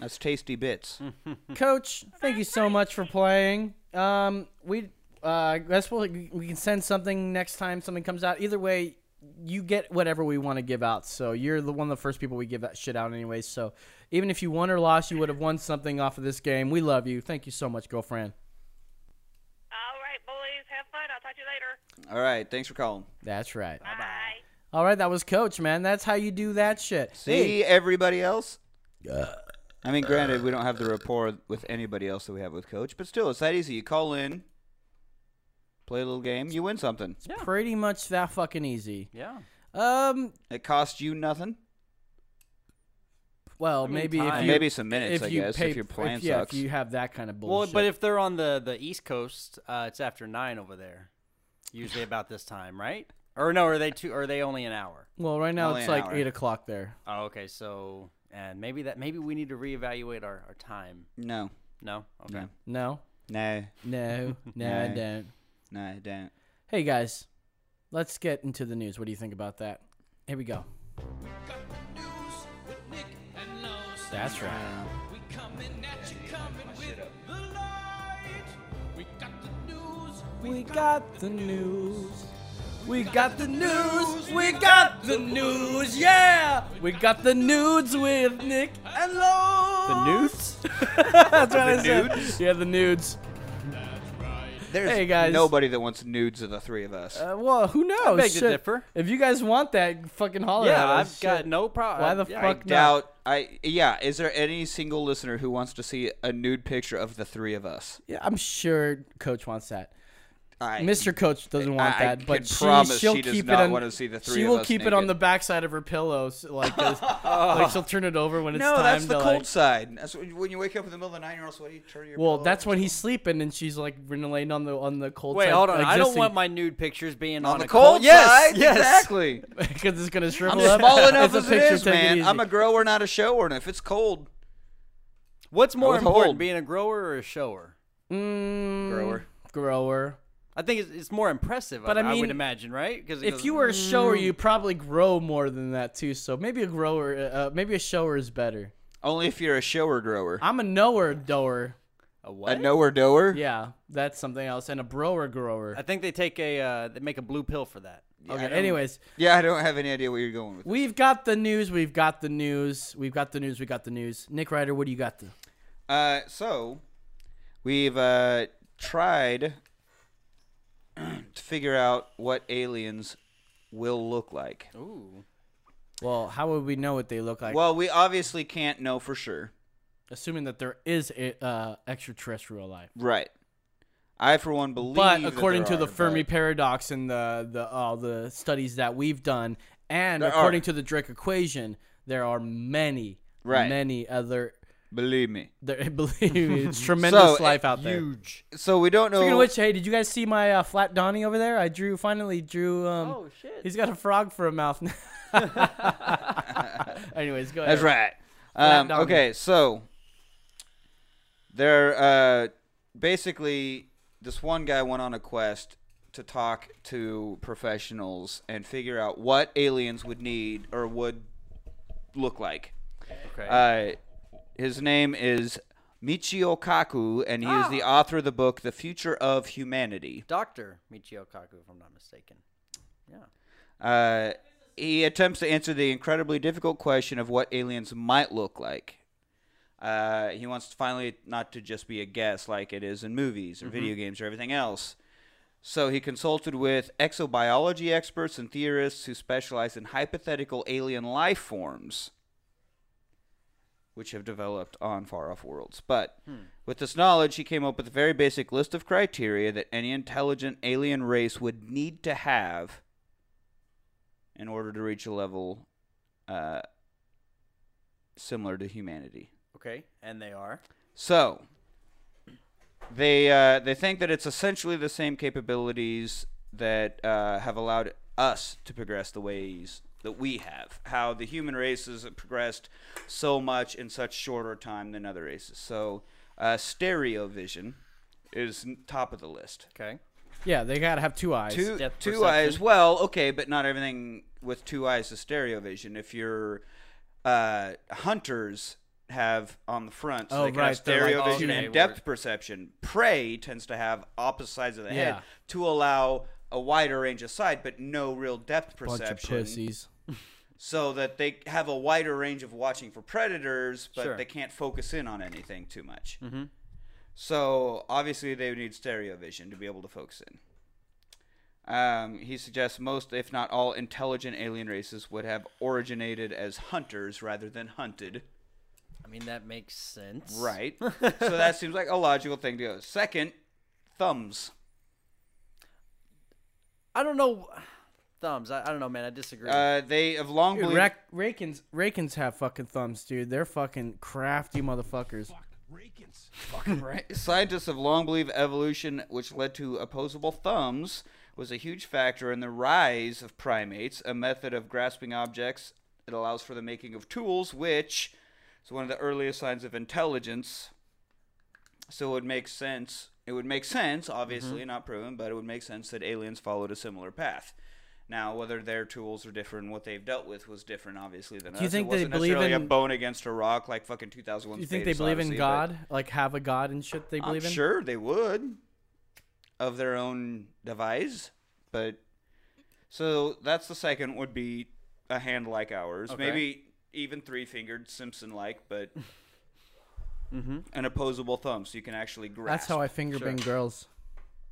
B: That's tasty bits.
F: Hmm. Coach, thank you so much for playing. Um, we uh, I guess we'll, we can send something next time something comes out. Either way, you get whatever we want to give out. So you're the one of the first people we give that shit out anyway. So even if you won or lost, you would have won something off of this game. We love you. Thank you so much, girlfriend.
B: All right. Thanks for calling.
F: That's right. Bye bye. All right, that was Coach, man. That's how you do that shit.
B: See everybody else. I mean, granted, we don't have the rapport with anybody else that we have with Coach, but still, it's that easy. You call in, play a little game, you win something.
F: Pretty much that fucking easy.
A: Yeah.
F: Um.
B: It costs you nothing.
F: Well,
B: I mean,
F: maybe if
B: time.
F: you,
B: Maybe some minutes,
F: if
B: I
F: you
B: guess, if
F: pay-
B: your plan
F: yeah,
B: sucks.
F: if you have that kind of
A: Well,
F: bullshit.
A: but if they're on the the East Coast, uh, it's after nine over there. Usually about this time, right? Or no? Are they two? Are they only an hour?
F: well, right now
A: Only
F: it's
A: an
F: like
A: hour.
F: eight o'clock there.
A: Oh, okay. So and maybe that maybe we need to reevaluate our our time.
B: No.
A: No. Okay.
F: No.
B: No.
F: No. No, I
B: No.
F: don't.
B: No, I don't.
F: Hey guys, let's get into the news. What do you think about that? Here we go. That's right.
B: Uh,
D: We coming at you, coming with the light. We got the news.
F: We got the news. We got the news. We got the news. Yeah. We got the nudes with Nick and Lo.
A: The nudes?
F: That's what I
B: The
F: said.
B: nudes?
F: Yeah, the nudes.
B: There's
F: Hey, guys.
B: nobody that wants nudes of the three of us.
F: Uh, well, who knows?
B: beg to
F: Shit.
B: differ.
F: If you guys want that, fucking holler
A: Yeah,
F: at us.
A: I've got
F: Shit.
A: no prob-
F: Why the
A: yeah,
F: fuck not?
B: Doubt. I yeah. Is there any single listener who wants to see a nude picture of the three of us?
F: Yeah, I'm sure Coach wants that.
B: I-
F: Mr. Coach doesn't want
B: I
F: that,
B: can
F: but she,
B: promise
F: she'll
B: she does
F: keep
B: not
F: it on.
B: want to see the three
F: she
B: of
F: will
B: us
F: keep it on
B: naked.
F: the backside of her pillow, so like, this- like she'll turn it over when it's
B: no,
F: time.
B: that's the
F: to,
B: cold
F: like-
B: side. That's when when you wake up in the middle of the night. You're all sweaty. Turn your
F: Well,
B: pillow.
F: that's when he's sleeping, and she's like laying on the on the cold
A: Wait,
F: side.
A: hold on. I don't
F: existing-
A: want my nude pictures being on,
B: on the
A: a
B: cold
A: Yes,
B: side.
A: yes.
B: Exactly.
F: because it's gonna
B: I'm
F: shrivel up.
B: small enough
F: It's
B: as
F: a
B: it
F: picture,
B: is,
F: take it
B: man.
F: easy.
B: I'm a grower, not a shower. And if it's cold,
A: What's more
B: withhold.
A: important, being a grower or a shower?
F: Mm, Grower.
A: I think it's, it's more impressive.
F: But
A: I,
F: I
A: I
F: mean,
A: would imagine, right? Because
F: If you were a
B: Mm.
F: shower, you probably grow more than that too. So maybe a grower, uh, maybe a shower is better.
B: only if you're a shower grower.
F: I'm a knower doer.
A: a what?
B: A knower doer.
F: Yeah, that's something else. And a brower grower.
A: I think they take a uh, they make a blue pill for that.
F: Okay. Anyways,
B: Yeah, I don't have any idea where you're going with.
F: we've got the news. We've got the news. We've got the news. We got the news. Nick Ryder, what do you got? The
B: Uh, so we've uh, tried to figure out what aliens will look like.
A: Ooh.
F: well, how would we know what they look like?
B: Well, we obviously can't know for sure.
F: assuming that there is a, uh, extraterrestrial life.
B: Right. I, for one, believe. that
F: but
B: there
F: according to the
B: are,
F: Fermi
B: but-
F: paradox and the the all the studies that we've done, and
B: There
F: according
B: are.
F: to the Drake equation, there are many,
B: Right.
F: many other.
B: believe me.
F: There, believe me, it's tremendous
B: So,
F: life out there.
A: Huge.
B: So we don't know.
F: Speaking of which, hey, did you guys see my uh, flat Donnie over there? I drew finally drew. Um, oh shit! He's got a frog for a mouth. now. Anyways, go ahead.
B: That's right.
F: Flat
B: Um,
F: Donnie.
B: okay, so there. Uh, basically, this one guy went on a quest to talk to professionals and figure out what aliens would need or would look like.
A: Okay.
B: Uh, his name is Michio Kaku, and he is the author of the book "The Future of Humanity."
A: Doctor Michio Kaku, if I'm not mistaken.
B: Uh, he attempts to answer the incredibly difficult question of what aliens might look like. Uh, he wants to finally not to just be a guess like it is in movies or video games or everything else. So he consulted with exobiology experts and theorists who specialize in hypothetical alien life forms, which have developed on far off worlds. But with this knowledge, he came up with a very basic list of criteria that any intelligent alien race would need to have in order to reach a level uh, similar to humanity.
A: Okay, and they are.
B: So they uh, they think that it's essentially the same capabilities that uh, have allowed us to progress the ways that we have. How the human races have progressed so much in such shorter time than other races. So uh, stereo vision is n- top of the list.
A: Okay.
F: Yeah, they gotta have two eyes.
B: Two,
A: Depth
B: two
A: perception.
B: eyes. Well, okay, but not everything with two eyes is stereo vision. If you're uh, hunters, have on the front, so
F: Oh,
B: they can
F: right,
B: have
F: they're like
B: stereo vision
F: shooting
B: and
F: forward.
B: depth perception. Prey tends to have opposite sides of the
F: Yeah.
B: head to allow a wider range of sight, but no real depth
F: Bunch of
B: perception.
F: pussies.
B: so that they have a wider range of watching for predators, but
A: Sure.
B: they can't focus in on anything too much.
A: Mhm.
B: So obviously, they would need stereo vision to be able to focus in. Um, he suggests most, if not all, intelligent alien races would have originated as hunters rather than hunted.
A: I mean, that makes sense.
B: Right. so that seems like a logical thing to go. Second, thumbs.
A: I don't know. Thumbs. I, I don't know, man. I disagree.
B: Uh, they have long
F: Dude,
B: believed.
F: Rack- Rakens, Rakens have fucking thumbs, dude. They're fucking crafty motherfuckers.
B: Right. Scientists have long believed evolution, which led to opposable thumbs, was a huge factor in the rise of primates, a method of grasping objects. It allows for the making of tools, which is one of the earliest signs of intelligence. So it would make sense. It would make sense, obviously
F: Mm-hmm.
A: Mhm.
B: not proven, but it would make sense that aliens followed a similar path. Now, whether their tools are different, what they've dealt with was different, obviously, than
F: Do
B: us.
F: you think
B: it
F: they
B: wasn't
F: believe
B: necessarily
F: in-
B: a bone against a rock like fucking 2001.
F: Do you think they believe in God? Like have a God and shit they believe
B: I'm
F: in?
B: sure they would of their own devise, but so that's the second would be a hand like ours,
A: Okay.
B: maybe even three fingered Simpson like, but
A: mm-hmm.
B: an opposable thumb, so you can actually grasp.
F: That's how I finger
B: Sure.
F: bang girls.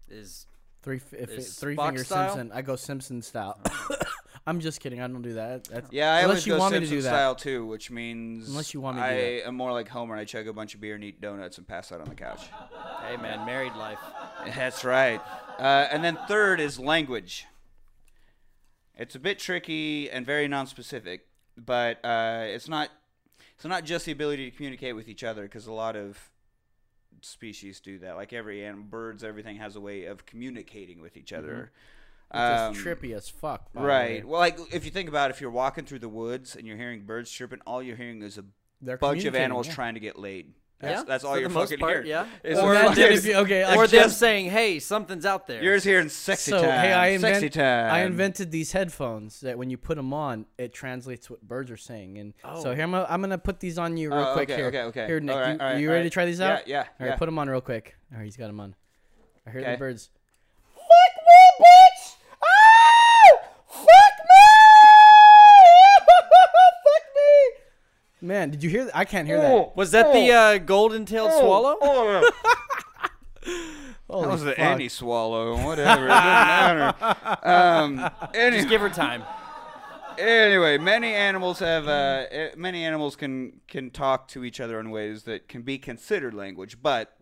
A: Is
F: Three f- if
B: is
F: it- three
B: Spock
F: finger
B: style? Oh.
F: Simpson. I go Simpson style. I'm just kidding. I don't do that. That's,
B: Yeah, I
F: unless
B: always
F: you
B: go
F: want
B: Simpson
F: me to do that.
B: style too, which means
F: Unless you want me to
B: I
F: do
B: am more like Homer. I chug a bunch of beer and eat donuts and pass out on the couch.
A: Hey, man. Married life.
B: That's right. Uh, and then third is language. It's a bit tricky and very nonspecific, but uh, it's not. It's not just the ability to communicate with each other, because a lot of species do that. Like every animal, birds, everything has a way of communicating with each other.
A: Mm-hmm.
F: Which is
B: Um,
F: trippy as fuck. by the
B: Right.
F: way.
B: Well, like if you think about it, if you're walking through the woods and you're hearing birds chirping, all you're hearing is a
F: They're
B: bunch of
F: communicating,
B: animals
F: yeah.
B: trying to get laid.
A: Yeah.
B: That's, that's all
A: For
B: you're
A: the most
B: fucking
A: part,
B: hearing.
A: yeah.
B: Is
A: Or
B: a
A: imagine
B: fucking-
A: if you- okay,
B: it's
A: or them
B: just-
A: saying, "Hey, something's out there."
B: Yours hearing sexy
F: so
B: time.
F: hey, I, invent,
B: sexy time.
F: I invented these headphones that when you put them on, it translates what birds are saying. And
A: Oh.
F: so here I'm, gonna- I'm gonna put these on you real
B: Oh,
F: quick
B: okay,
F: here.
B: okay, okay.
F: Here, Nick,
B: All right,
F: you,
B: all right,
F: you
B: all
F: ready
B: right.
F: to try these
B: Yeah,
F: out?
B: yeah,
F: All right,
B: yeah.
F: put them on real quick. All right, he's got them on. I hear
B: Okay.
F: the birds.
D: Fuck me, bitch! Ah! Fuck me! Fuck me!
F: Man, did you hear? Th- I can't hear that.
A: Was that the uh, golden-tailed
F: Oh,
A: swallow?
B: That
F: Holy
B: was the
F: fuck.
B: Andy swallow, whatever. It doesn't matter. Um,
A: Just give her time.
B: Anyway, many animals have uh, eh, many animals can can talk to each other in ways that can be considered language, but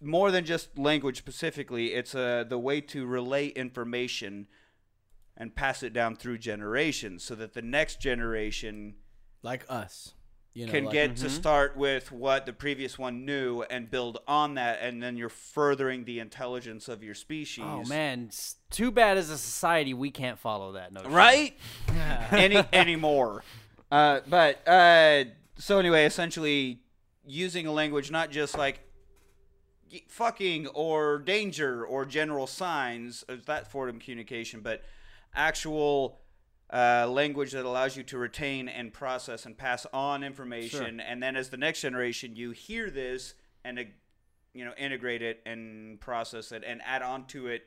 B: more than just language specifically, it's uh, the way to relay information and pass it down through generations, so that the next generation
F: like us you know,
B: can
F: like-
B: get to
F: Mhm.
B: start with what the previous one knew and build on that, and then you're furthering the intelligence of your species.
A: Oh man, s- too bad as a society we can't follow that. No,
B: right? Any anymore. Uh, but uh, so anyway, essentially using a language not just like y- fucking or danger or general signs of that form of communication, but actual uh, language that allows you to retain and process and pass on information, and then as the next generation, you hear this and uh, you know integrate it and process it and add on to it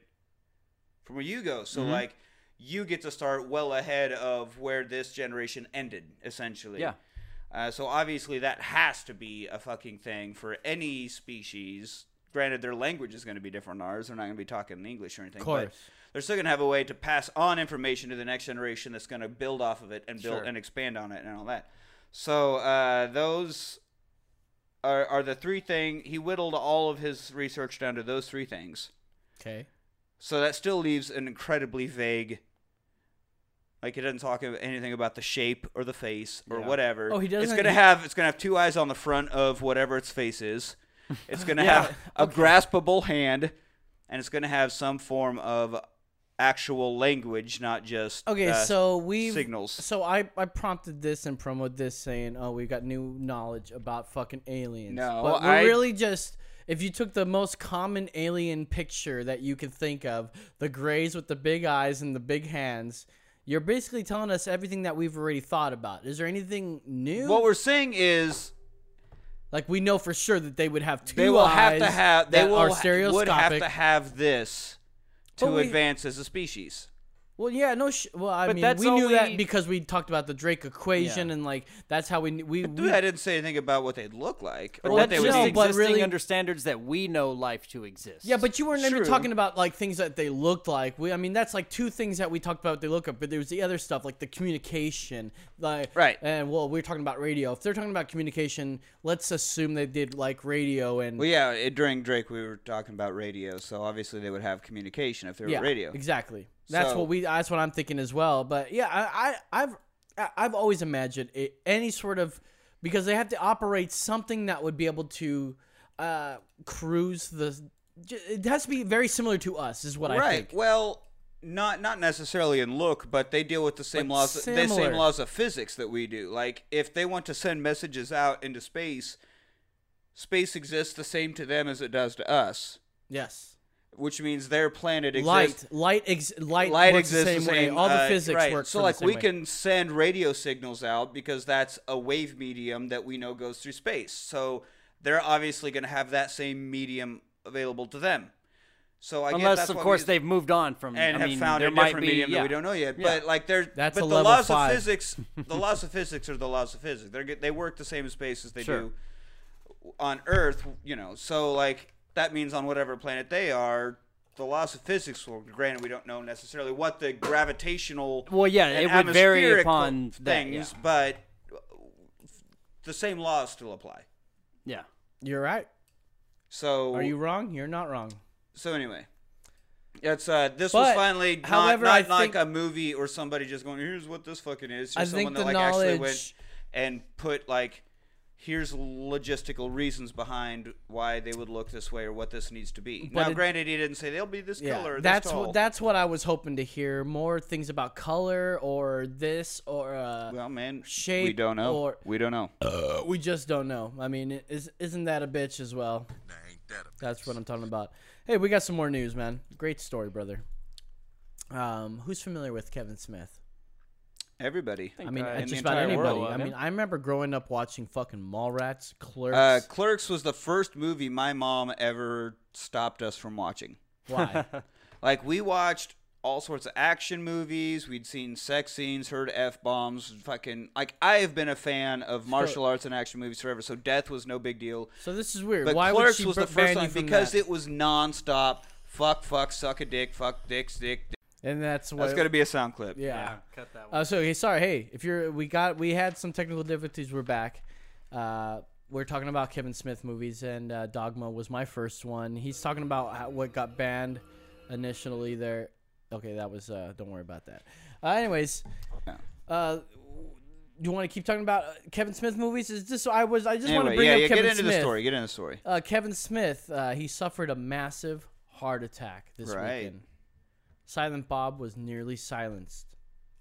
B: from where you go. So
A: Mhm.
B: like you get to start well ahead of where this generation ended, essentially.
A: Yeah.
B: Uh, so obviously that has to be a fucking thing for any species. Granted, their language is going to be different than ours. They're not going to be talking in English or anything.
F: Course.
B: But they're still going to have a way to pass on information to the next generation that's going to build off of it and build
F: Sure.
B: and expand on it and all that. So uh, those are, are the three thing he whittled all of his research down to those three things.
F: Okay.
B: So that still leaves an incredibly vague. Like it doesn't talk of anything about the shape or the face or
A: Yeah.
B: whatever.
A: Oh, he
B: It's
A: doesn't-
B: gonna have it's gonna have two eyes on the front of whatever its face is. It's gonna
A: Yeah.
B: have a graspable hand, and it's gonna have some form of actual language, not just
F: Okay,
B: uh,
F: so we
B: signals.
F: So I, I prompted this and promoted this, saying, "Oh, we got new knowledge about fucking aliens."
B: No,
F: but we're
B: I-
F: really just if you took the most common alien picture that you could think of, the grays with the big eyes and the big hands. You're basically telling us everything that we've already thought about. Is there anything new?
B: What we're saying is
F: Like we know for sure that they would have two.
B: They will have
F: eyes
B: to have. They
F: that
B: will
F: are
B: ha- would have
F: stereoscopic.
B: to have this to
F: But we-
B: advance as a species.
F: Well, yeah, no. Sh- well, I
B: But
F: mean,
B: that's
F: we knew
B: only-
F: that because we talked about the Drake equation and like that's how we kn- we. we
B: I didn't say anything about what they'd look like
A: But
B: or what
A: that's
B: they
A: just
B: would
A: existing
B: eat.
A: under standards that we know life to exist.
F: yeah, but you weren't even
A: True.
F: talking about like things that they looked like. We, I mean, that's like two things that we talked about. They look up, but there was the other stuff like the communication, like right. And well, we are talking about radio. If they're talking about communication, let's assume they did like radio and
B: Well, yeah. It, during Drake, we were talking about radio, so obviously they would have communication if they were radio.
F: Exactly. That's
B: So-
F: what we. That's what I'm thinking as well. But yeah, I, I I've I- I've always imagined it, any sort of because they have to operate something that would be able to uh, cruise the. j- It has to be very similar to us, is what
B: right.
F: I think.
B: Well, not not necessarily in look, but they deal with the same
F: But
B: laws, the same
F: similar.
B: laws of physics that we do. Like if they want to send messages out into space, space exists the same to them as it does to us.
F: Yes.
B: Which means their planet exists.
F: Light, light, ex, light,
B: Light
F: works the
B: exists
F: same, way. All the
B: uh,
F: physics
B: right.
F: works.
B: So,
F: the
B: like,
F: same
B: we
F: way.
B: can send radio signals out because that's a wave medium that we know goes through space. So they're obviously going to have that same medium available to them. So I guess
A: Unless,
B: that's
A: of
B: why
A: course,
B: we-
A: they've moved on from-
B: and
A: I
B: have
A: mean,
B: found
A: there
B: a
A: might
B: different
A: be-
B: medium that
A: yeah.
B: we don't know yet.
A: Yeah.
B: But like they're
A: That's
B: but
A: a
B: the
A: level
B: laws
A: five.
B: of physics, the laws of physics are the laws of physics. They're get- they work the same in space as they
A: Sure.
B: do on Earth. You know, so like that means on whatever planet they are. The laws of physics. Well, granted, we don't know necessarily what the gravitational
A: Well, yeah,
B: and
A: it would vary
B: atmospheric
A: upon
B: things,
A: that, yeah.
B: but the same laws still apply.
A: Yeah.
F: You're right.
B: So
F: Are you wrong? You're not wrong.
B: so anyway, it's uh, this was
F: But,
B: finally not,
F: however, I
B: not like
F: think-
B: a movie or somebody just going, "Here's what this fucking is." It's
F: I
B: Just
F: think
B: someone that
F: the
B: like actually went
F: knowledge-
B: and put like, "Here's logistical reasons behind why they would look this way or what this needs to be."
F: But
B: now,
F: it-
B: granted, he didn't say they'll be this color. Or
F: that's
B: this tall.
F: what that's what I was hoping to hear more things about color or this or uh,
B: well, man,
F: shape.
B: we don't know.
F: Or
B: we don't know.
F: we just don't know. I mean, i- is isn't that a bitch as well? That's what I'm talking about. Hey, we got some more news, man. Great story, brother. Um, who's familiar with Kevin Smith?
B: Everybody.
F: I mean,
B: In
F: uh,
B: the
F: just about
B: entire
F: anybody.
B: world,
F: I
B: yeah.
F: mean, I remember growing up watching fucking Mallrats, Clerks.
B: Uh, Clerks was the first movie my mom ever stopped us from watching.
F: Why?
B: like we watched all sorts of action movies. We'd seen sex scenes, heard f bombs. Fucking like I have been a fan of martial arts and action movies forever. So death was no big deal.
F: so this is weird.
B: But
F: Why
B: Clerks
F: would she
B: was
F: ban
B: the first
F: you
B: one
F: from
B: because
F: that?
B: it was nonstop. Fuck, fuck, suck a dick, fuck, dick, dick. dick.
F: And that's what.
B: That's gonna be a sound clip.
F: Yeah. cut that one. Uh, so hey, sorry. Hey, if you're, we got, we had some technical difficulties. We're back. Uh, we're talking about Kevin Smith movies, and uh, Dogma was my first one. He's talking about how, what got banned initially. There. Okay, that was. Uh, don't worry about that. Uh, anyways. Uh, do you want to keep talking about uh, Kevin Smith movies? Is this? I was. I just want
B: Anyway,
F: to bring
B: yeah,
F: up
B: yeah, get
F: Kevin
B: into the
F: Smith.
B: story, get into the story.
F: Uh, Kevin Smith. Uh, he suffered a massive heart attack this
B: Right.
F: weekend. Silent Bob was nearly silenced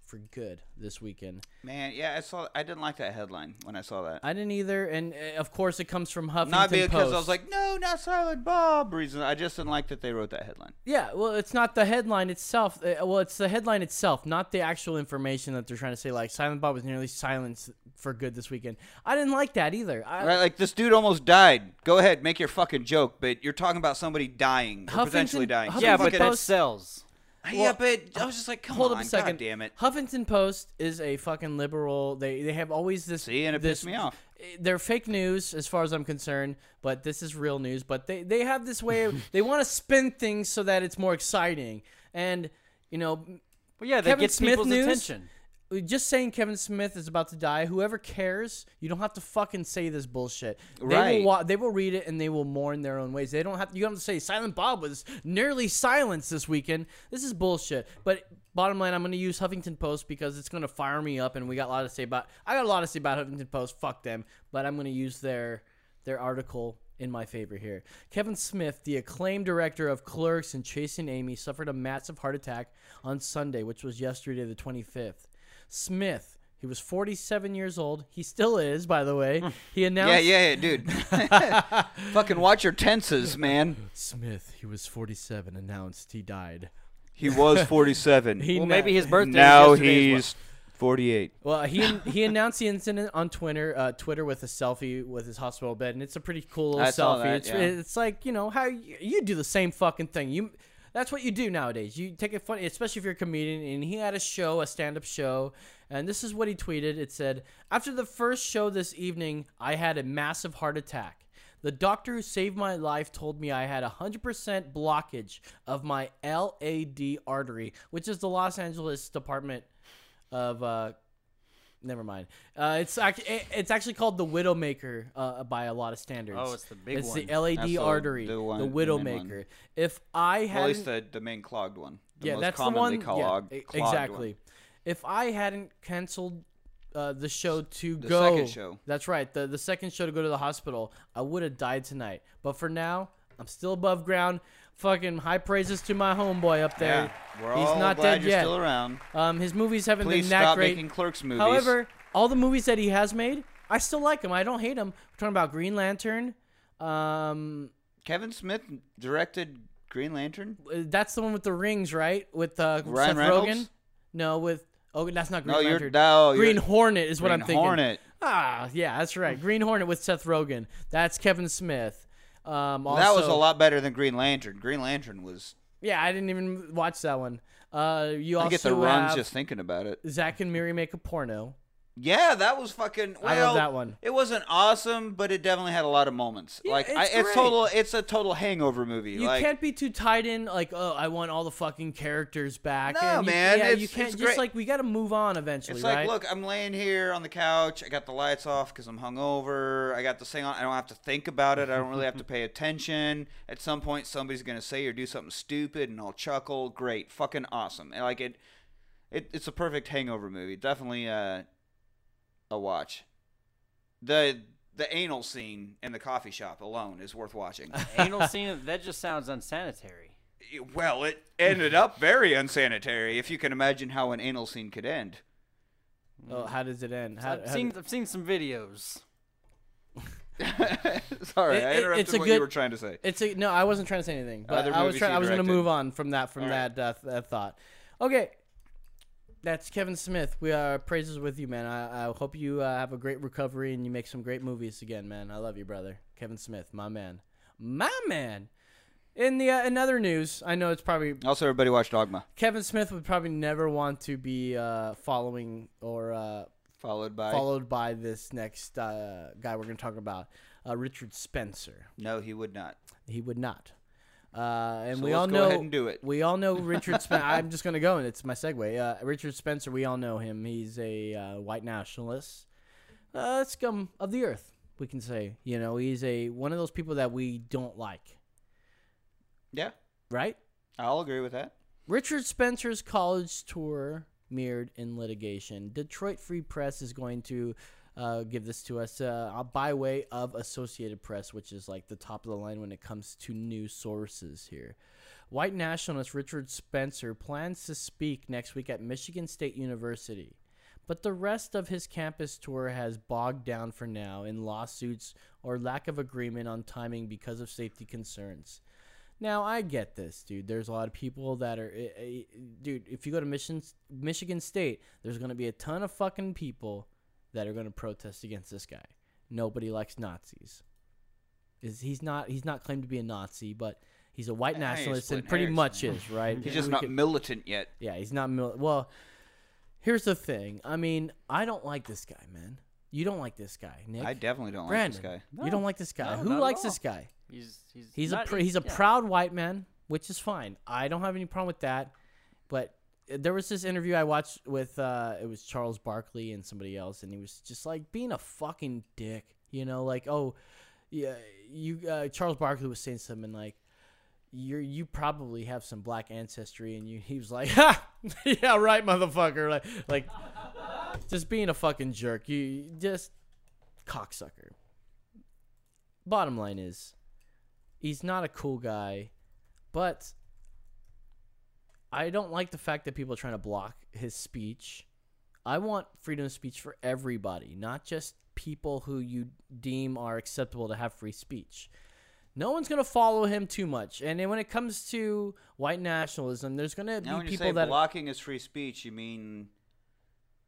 F: for good this weekend.
B: Man, yeah, I saw. I didn't like that headline when I saw that.
F: I didn't either, and uh, of course it comes from Huffington
B: Not because
F: Post.
B: I was like, no, not Silent Bob. Reason I just didn't like that they wrote that headline.
F: yeah, well, it's not the headline itself. Uh, Well, it's the headline itself, not the actual information that they're trying to say. Like Silent Bob was nearly silenced for good this weekend. I didn't like that either. I,
B: Right, like this dude almost died. Go ahead, make your fucking joke, but you're talking about somebody dying, or potentially
F: Huffington-
B: dying.
F: Yeah, but
B: Fucking-
F: that's cells.
B: yeah, but I was just like, come
F: hold
B: on,
F: up a second.
B: God damn it.
F: Huffington Post is a fucking liberal. They they have always this. See,
B: and it
F: this,
B: pissed me off.
F: They're fake news, as far as I'm concerned, but this is real news. But they they have this way of they want to spin things so that it's more exciting, and you know.
A: But yeah, that
F: Kevin
A: gets
F: Smith
A: people's
F: news,
A: attention.
F: Just saying Kevin Smith is about to die. Whoever cares, you don't have to fucking say this bullshit. They
B: Right.
F: Will wa- they will read it and they will mourn their own ways. They don't have. You don't have to say Silent Bob was nearly silenced this weekend. This is bullshit. But bottom line, I'm going to use Huffington Post because it's going to fire me up, and we got a lot to say about. I got a lot to say about Huffington Post. Fuck them. But I'm going to use their their article in my favor here. Kevin Smith, the acclaimed director of Clerks and Chasing Amy, suffered a massive heart attack on Sunday, which was yesterday, the 25th. Smith. He was 47 years old. He still is, by the way. He announced.
B: Hmm. yeah, yeah, yeah, dude. fucking watch your tenses, man.
F: Smith, he was 47, announced he died.
B: He was 47.
F: He
A: Well,
F: kno-
A: maybe his birthday.
B: Now
A: was yesterday as
B: he's
A: well.
B: 48.
F: Well, he he announced the incident on Twitter, uh, Twitter with a selfie with his hospital bed, and it's a pretty cool little
B: I
F: selfie.
B: saw that,
F: it's
B: yeah.
F: it's like you know how you, you do the same fucking thing. You that's what you do nowadays. You take it funny, especially if you're a comedian. And he had a show, a stand-up show, and this is what he tweeted. It said, "After the first show this evening, I had a massive heart attack." The doctor who saved my life told me I had 100% blockage of my LAD artery, which is the Los Angeles Department of uh never mind uh it's act- it- it's actually called the widowmaker uh by a lot of standards
A: Oh, it's the big
F: it's the
A: one.
F: lad
B: That's the-
F: artery the,
B: the one- the main
F: widowmaker
B: one.
F: if i had
B: Well, at least the, the main clogged one. The
F: yeah
B: most
F: that's the
B: commonly
F: one
B: clogged,
F: yeah, e-
B: clogged one.
F: exactly if i hadn't canceled uh, the show to
B: The
F: go
B: second show.
F: that's right the, the second show to go to the hospital i would have died tonight but for now i'm still above ground fucking high praises to my homeboy up there
B: Yeah, we're
F: he's
B: all
F: not
B: glad
F: dead
B: you're
F: yet
B: still around.
F: um his movies haven't
B: Please
F: been that
B: stop
F: great
B: making Clerks movies.
F: however all the movies that he has made, I still like him. I don't hate him. We're talking about Green Lantern. Um,
B: Kevin Smith directed Green Lantern.
F: that's the one with the rings, right? With uh,
B: Ryan
F: Seth Rogen.
B: Reynolds?
F: No, with oh, that's not Green
B: No, you're-
F: Lantern.
B: no, you're-
F: Green Hornet is what
B: Green
F: I'm thinking.
B: Hornet. Hmm.
F: Ah, yeah, that's right. Green Hornet with Seth Rogen. That's Kevin Smith. Um, also,
B: that was a lot better than Green Lantern. Green Lantern was.
F: Yeah, I didn't even watch that one. Uh, you
B: I
F: also
B: get the runs
F: have
B: just thinking about it.
F: Zach and Miri make a porno.
B: Yeah, that was fucking. Well,
F: I love that one.
B: It wasn't awesome, but it definitely had a lot of moments. like
F: it's
B: I, it's
F: great.
B: total. It's a total hangover movie.
F: You
B: like,
F: can't be too tied in, like, oh, I want all the fucking characters back.
B: No,
F: and you,
B: man,
F: Yeah,
B: it's-
F: you can't
B: it's
F: just
B: great.
F: like we got to move on eventually,
B: It's like,
F: right?
B: look, I'm laying here on the couch. I got the lights off because I'm hungover. I got this thing on. I don't have to think about it. I don't really have to pay attention. At some point, somebody's gonna say or do something stupid, and I'll chuckle. Great, fucking awesome. And like it, it it's a perfect hangover movie. Definitely uh, a watch. The the anal scene in the coffee shop alone is worth watching.
A: Anal scene. That just sounds unsanitary.
B: well, it ended up very unsanitary, if you can imagine how an anal scene could end.
F: oh, how does it end? How,
A: I've
F: how
A: seen I've seen some videos.
B: Sorry,
F: It-
B: I
F: it-
B: interrupted
F: it's a
B: what
F: good-
B: you were trying to say.
F: It's a no. I wasn't trying to say anything, but
B: Other
F: I was
B: movies
F: trying.
B: he
F: I was going to
B: directed.
F: move on from that from
B: All right.
F: that, uh, th- that thought. Okay, that's Kevin Smith. We are praises with you, man. I, I hope you uh, have a great recovery and you make some great movies again, man. I love you, brother. Kevin Smith, my man, my man. In the uh, in other news, I know it's probably
B: Also, everybody watch Dogma.
F: Kevin Smith would probably never want to be uh, following or uh,
B: Followed by-
F: followed by this next uh, guy we're going to talk about, uh, Richard Spencer.
B: No, he would not.
F: He would not. Uh, and
B: So
F: we
B: let's
F: all
B: go
F: know
B: ahead and do it.
F: We all know Richard Spencer. I'm just going to go, and it's my segue. Uh, Richard Spencer. We all know him. He's a uh, white nationalist, uh, scum of the earth. We can say, you know, he's a one of those people that we don't like,
B: Yeah,
F: right?
B: I'll agree with that.
F: Richard Spencer's college tour mirrored in litigation. Detroit Free Press is going to uh, give this to us uh, by way of Associated Press, which is like the top of the line when it comes to news sources here. White nationalist Richard Spencer plans to speak next week at Michigan State University. But the rest of his campus tour has bogged down for now in lawsuits or lack of agreement on timing because of safety concerns. Now I get this, dude. There's a lot of people that are, eh, eh, dude. If you go to Michigan, Michigan State, there's gonna be a ton of fucking people that are gonna protest against this guy. Nobody likes Nazis. Is he's not he's not claimed to be a Nazi, but he's a white
B: Hey, you're
F: nationalist and
B: splitting
F: pretty
B: hairs.
F: much is right.
B: He's just
F: We
B: not
F: could-
B: militant yet.
F: yeah, he's not mil- well. Here's the thing. I mean, I don't like this guy, man. You don't like this guy, Nick.
B: I definitely don't like
F: Brandon,
B: this guy.
F: You don't like this guy.
A: No, not
F: Who
A: at
F: likes
A: all.
F: this guy?
A: He's he's
F: He's
A: not-
F: a pr- he's a
A: yeah.
F: proud white man, which is fine. I don't have any problem with that. But uh, there was this interview I watched with uh, it was Charles Barkley and somebody else, and he was just like being a fucking dick, you know, like oh, yeah, you uh, Charles Barkley was saying something like. You you probably have some black ancestry, and you he was like, ha, yeah, right, motherfucker, like like just being a fucking jerk. You- You just cocksucker. Bottom line is, he's not a cool guy, but I don't like the fact that people are trying to block his speech. I want freedom of speech for everybody, not just people who you deem are acceptable to have free speech. No one's gonna follow him too much, and then when it comes to white nationalism, there's
B: Now,
F: gonna be
B: when you
F: people
B: say
F: that
B: blocking is free speech, you mean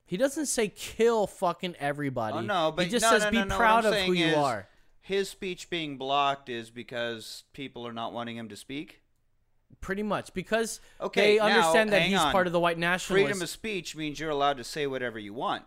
F: He doesn't say kill fucking everybody.
B: Oh no, but
F: he just
B: no,
F: says
B: no,
F: be
B: no, no, what
F: proud
B: I'm
F: of
B: saying
F: who you
B: is
F: are.
B: His speech being blocked is because people are not wanting him to speak.
F: Pretty much because
B: Okay,
F: they
B: now,
F: understand that
B: hang
F: he's
B: on.
F: part of the white nationalists.
B: Freedom of speech means you're allowed to say whatever you want.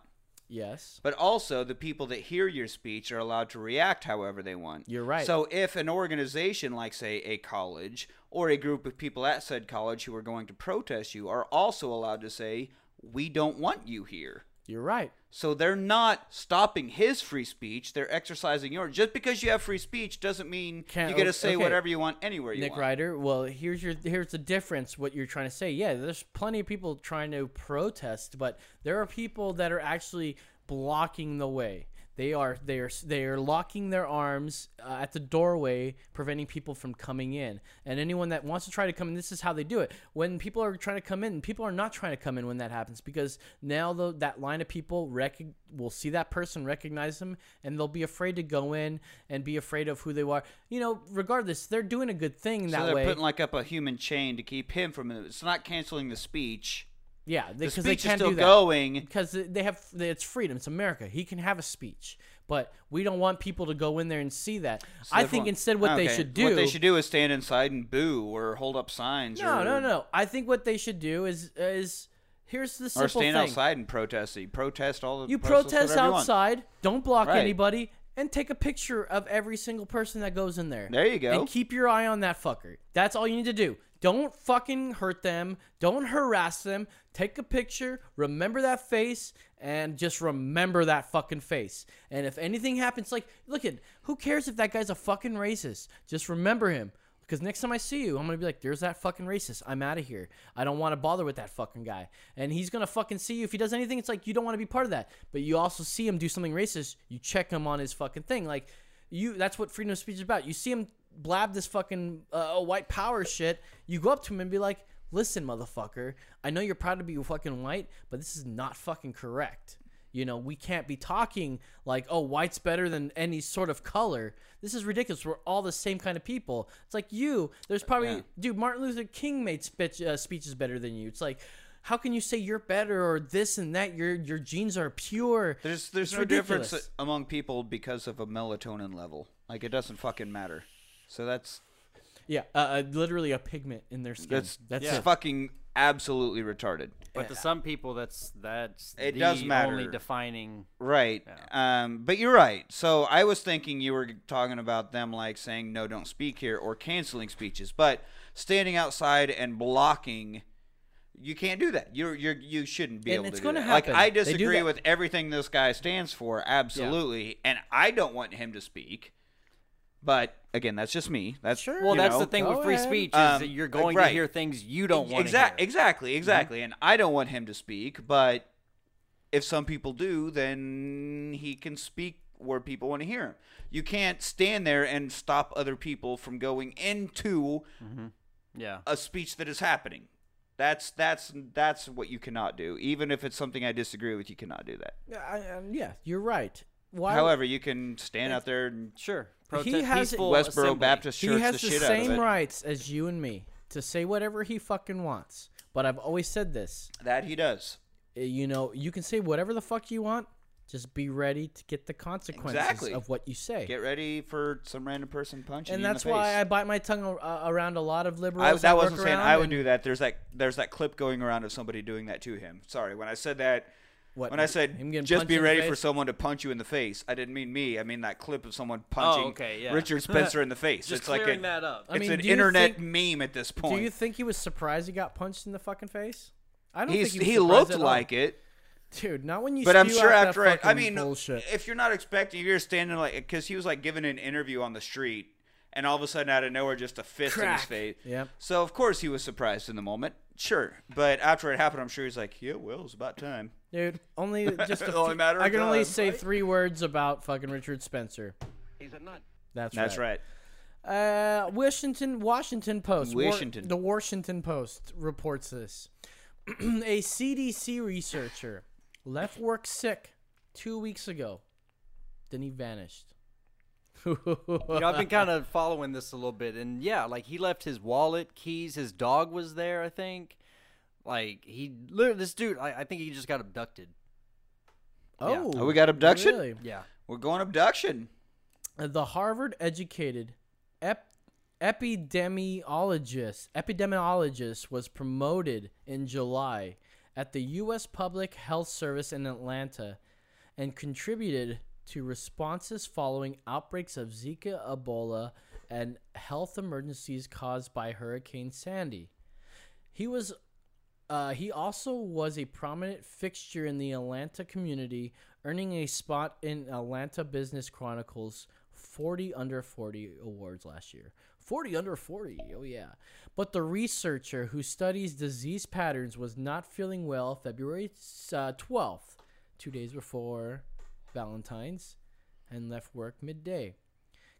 F: Yes.
B: But also, the people that hear your speech are allowed to react however they want.
F: You're right.
B: So, if an organization like, say, a college or a group of people at said college who are going to protest you are also allowed to say, We don't want you here.
F: You're right.
B: So, they're not stopping his free speech, they're exercising yours. Just because you have free speech doesn't mean
F: Can't-
B: you get to say
F: okay.
B: whatever you want anywhere you
F: Nick
B: want.
F: Ryder, well, here's your here's the difference. What you're trying to say, yeah, there's plenty of people trying to protest, but there are people that are actually blocking the way. They are they are they are locking their arms uh, at the doorway, preventing people from coming in. And anyone that wants to try to come in, this is how they do it. When people are trying to come in, people are not trying to come in when that happens because now the, that line of people rec- will see that person, recognize them, and they'll be afraid to go in and be afraid of who they are. You know, regardless, they're doing a good thing
B: so
F: that
B: they're
F: way.
B: putting like up a human chain to keep him from it's not canceling the speech
F: yeah,
B: the
F: because they
B: speech is
F: can't
B: still
F: do that.
B: going.
F: because they have it's freedom. It's America. He can have a speech, but we don't want people to go in there and see that.
B: So
F: I
B: that's
F: think
B: one-
F: instead, what they
B: okay,
F: should do,
B: what they should do is stand inside and boo or hold up signs
F: No,
B: or,
F: no, no. I think what they should do is is here's the
B: or
F: simple
B: stand
F: thing.
B: outside and protest you protest all the
F: You
B: protest
F: protest
B: whatever you want.
F: outside. Don't block
B: Right.
F: anybody. And take a picture of every single person that goes in there.
B: There you go.
F: And keep your eye on that fucker. That's all you need to do. Don't fucking hurt them. Don't harass them. Take a picture. Remember that face, and just remember that fucking face. And if anything happens, like, look at who cares if that guy's a fucking racist? Just remember him. Because next time I see you, I'm gonna be like, "There's that fucking racist. I'm out of here. I don't want to bother with that fucking guy." And he's gonna fucking see you if he does anything. It's like you don't want to be part of that. But you also see him do something racist. You check him on his fucking thing. Like you, that's what freedom of speech is about. You see him blab this fucking uh, oh, white power shit. You go up to him and be like, "Listen, motherfucker. I know you're proud to be fucking white, but this is not fucking correct." You know, we can't be talking like, oh, white's better than any sort of color. This is ridiculous. We're all the same kind of people. It's like you, there's probably,
G: Yeah.
F: dude, Martin Luther King made speech, uh, speeches better than you. It's like, how can you say you're better or this and that? Your your genes are pure.
B: there's there's
F: It's
B: no
F: ridiculous.
B: difference among people because of a melatonin level like it doesn't fucking matter so that's
F: Yeah, uh, uh, literally a pigment in their skin.
B: that's
F: That's
B: that's
F: it.
B: fucking absolutely retarded
A: But to some people, that's that's
B: it
A: the
B: does matter.
A: only defining.
B: right? Um, but you're right. So I was thinking you were talking about them like saying no, don't speak here, or canceling speeches. But standing outside and blocking, you can't do that. You're you are you shouldn't be
F: And
B: able
F: it's
B: to. do
F: gonna
B: that.
F: happen.
B: Like I
F: They do
B: disagree
F: that.
B: with everything this guy stands for, absolutely, and I don't want him to speak. But again, that's just me. That's sure.
A: Well, that's the thing with free speech is
B: Um,
A: that you're going to hear things you don't want.
B: Exactly. Exactly, exactly. And I don't want him to speak, but if some people do, then he can speak where people want to hear him. You can't stand there and stop other people from going into
A: Yeah.
B: a speech that is happening. That's that's that's what you cannot do. Even if it's something I disagree with, you cannot do that.
F: Yeah, I, um, yeah, you're right. Why?
B: However, you can stand out there and
A: sure.
F: he has
B: Westboro Baptist Church
F: He has
B: the,
F: the,
B: shit out of
F: same
B: it.
F: rights as you and me to say whatever he fucking wants. But I've always said this. eh,
B: That he does.
F: You know, you can say whatever the fuck you want. Just be ready to get the consequences
B: Exactly.
F: of what you say.
B: Get ready for some random person punching
F: and
B: you in
F: that's
B: the face.
F: why I bite my tongue a- around a lot of liberals.
B: I,
F: that
B: that
F: work
B: wasn't saying
F: around
B: I would
F: and-
B: do that. There's that there's that clip going around of somebody doing that to him. Sorry, when I said that,
F: What,
B: when I said
F: him getting
B: just
F: punched
B: be
F: in the
B: ready for
F: face?
B: someone to punch you in the face, I didn't mean me. I mean that clip of someone punching
F: Oh,
A: okay, yeah.
B: Richard Spencer in the face.
A: Just
B: it's like
A: clearing
B: a-
A: that up.
B: It's
A: I mean,
B: an
A: do you
B: internet
A: think-
B: meme at this
F: Do you
B: point.
F: think he was surprised he got punched in the fucking face? I don't
B: He's,
F: think he,
B: he looked like it,
F: Dude, not when you.
B: but I'm
F: spew
B: sure
F: out that
B: after I, I
F: fucking
B: mean,
F: bullshit.
B: if you're not expecting, if you're standing like because he was like giving an interview on the street, and all of a sudden out of nowhere, just a fist in his
F: Crack.
B: face.
F: Yep.
B: So of course he was surprised in the moment, sure. But after it happened, I'm sure he's like, "Yeah, well, it's about time."
F: Dude, only just a
B: Only
F: few-
B: matter
F: I
B: of
F: can only
B: time,
F: say
B: right?
F: three words about fucking Richard Spencer.
D: He's a nut.
F: That's
B: That's right.
F: Uh, Washington Washington Post. War-
B: Washington.
F: the Washington Post reports this. a CDC researcher left work sick two weeks ago. Then he vanished.
A: you know, I've been kind of following this a little bit, and yeah, like he left his wallet, keys, his dog was there. I think, like he, lit- this dude, I, I think he just got abducted.
F: Oh,
B: we got abduction.
F: really?
A: Yeah.
B: We're going abduction.
F: The Harvard-educated ep- epidemiologist epidemiologist was promoted in July at the U.S. Public Health Service in Atlanta, and contributed to responses following outbreaks of Zika, Ebola, and health emergencies caused by Hurricane Sandy. He was uh, he also was a prominent fixture in the Atlanta community, earning a spot in Atlanta Business Chronicles 40 under 40 awards last year. 40 under 40, oh yeah. But the researcher who studies disease patterns was not feeling well February uh, 12th, two days before Valentine's, and left work midday.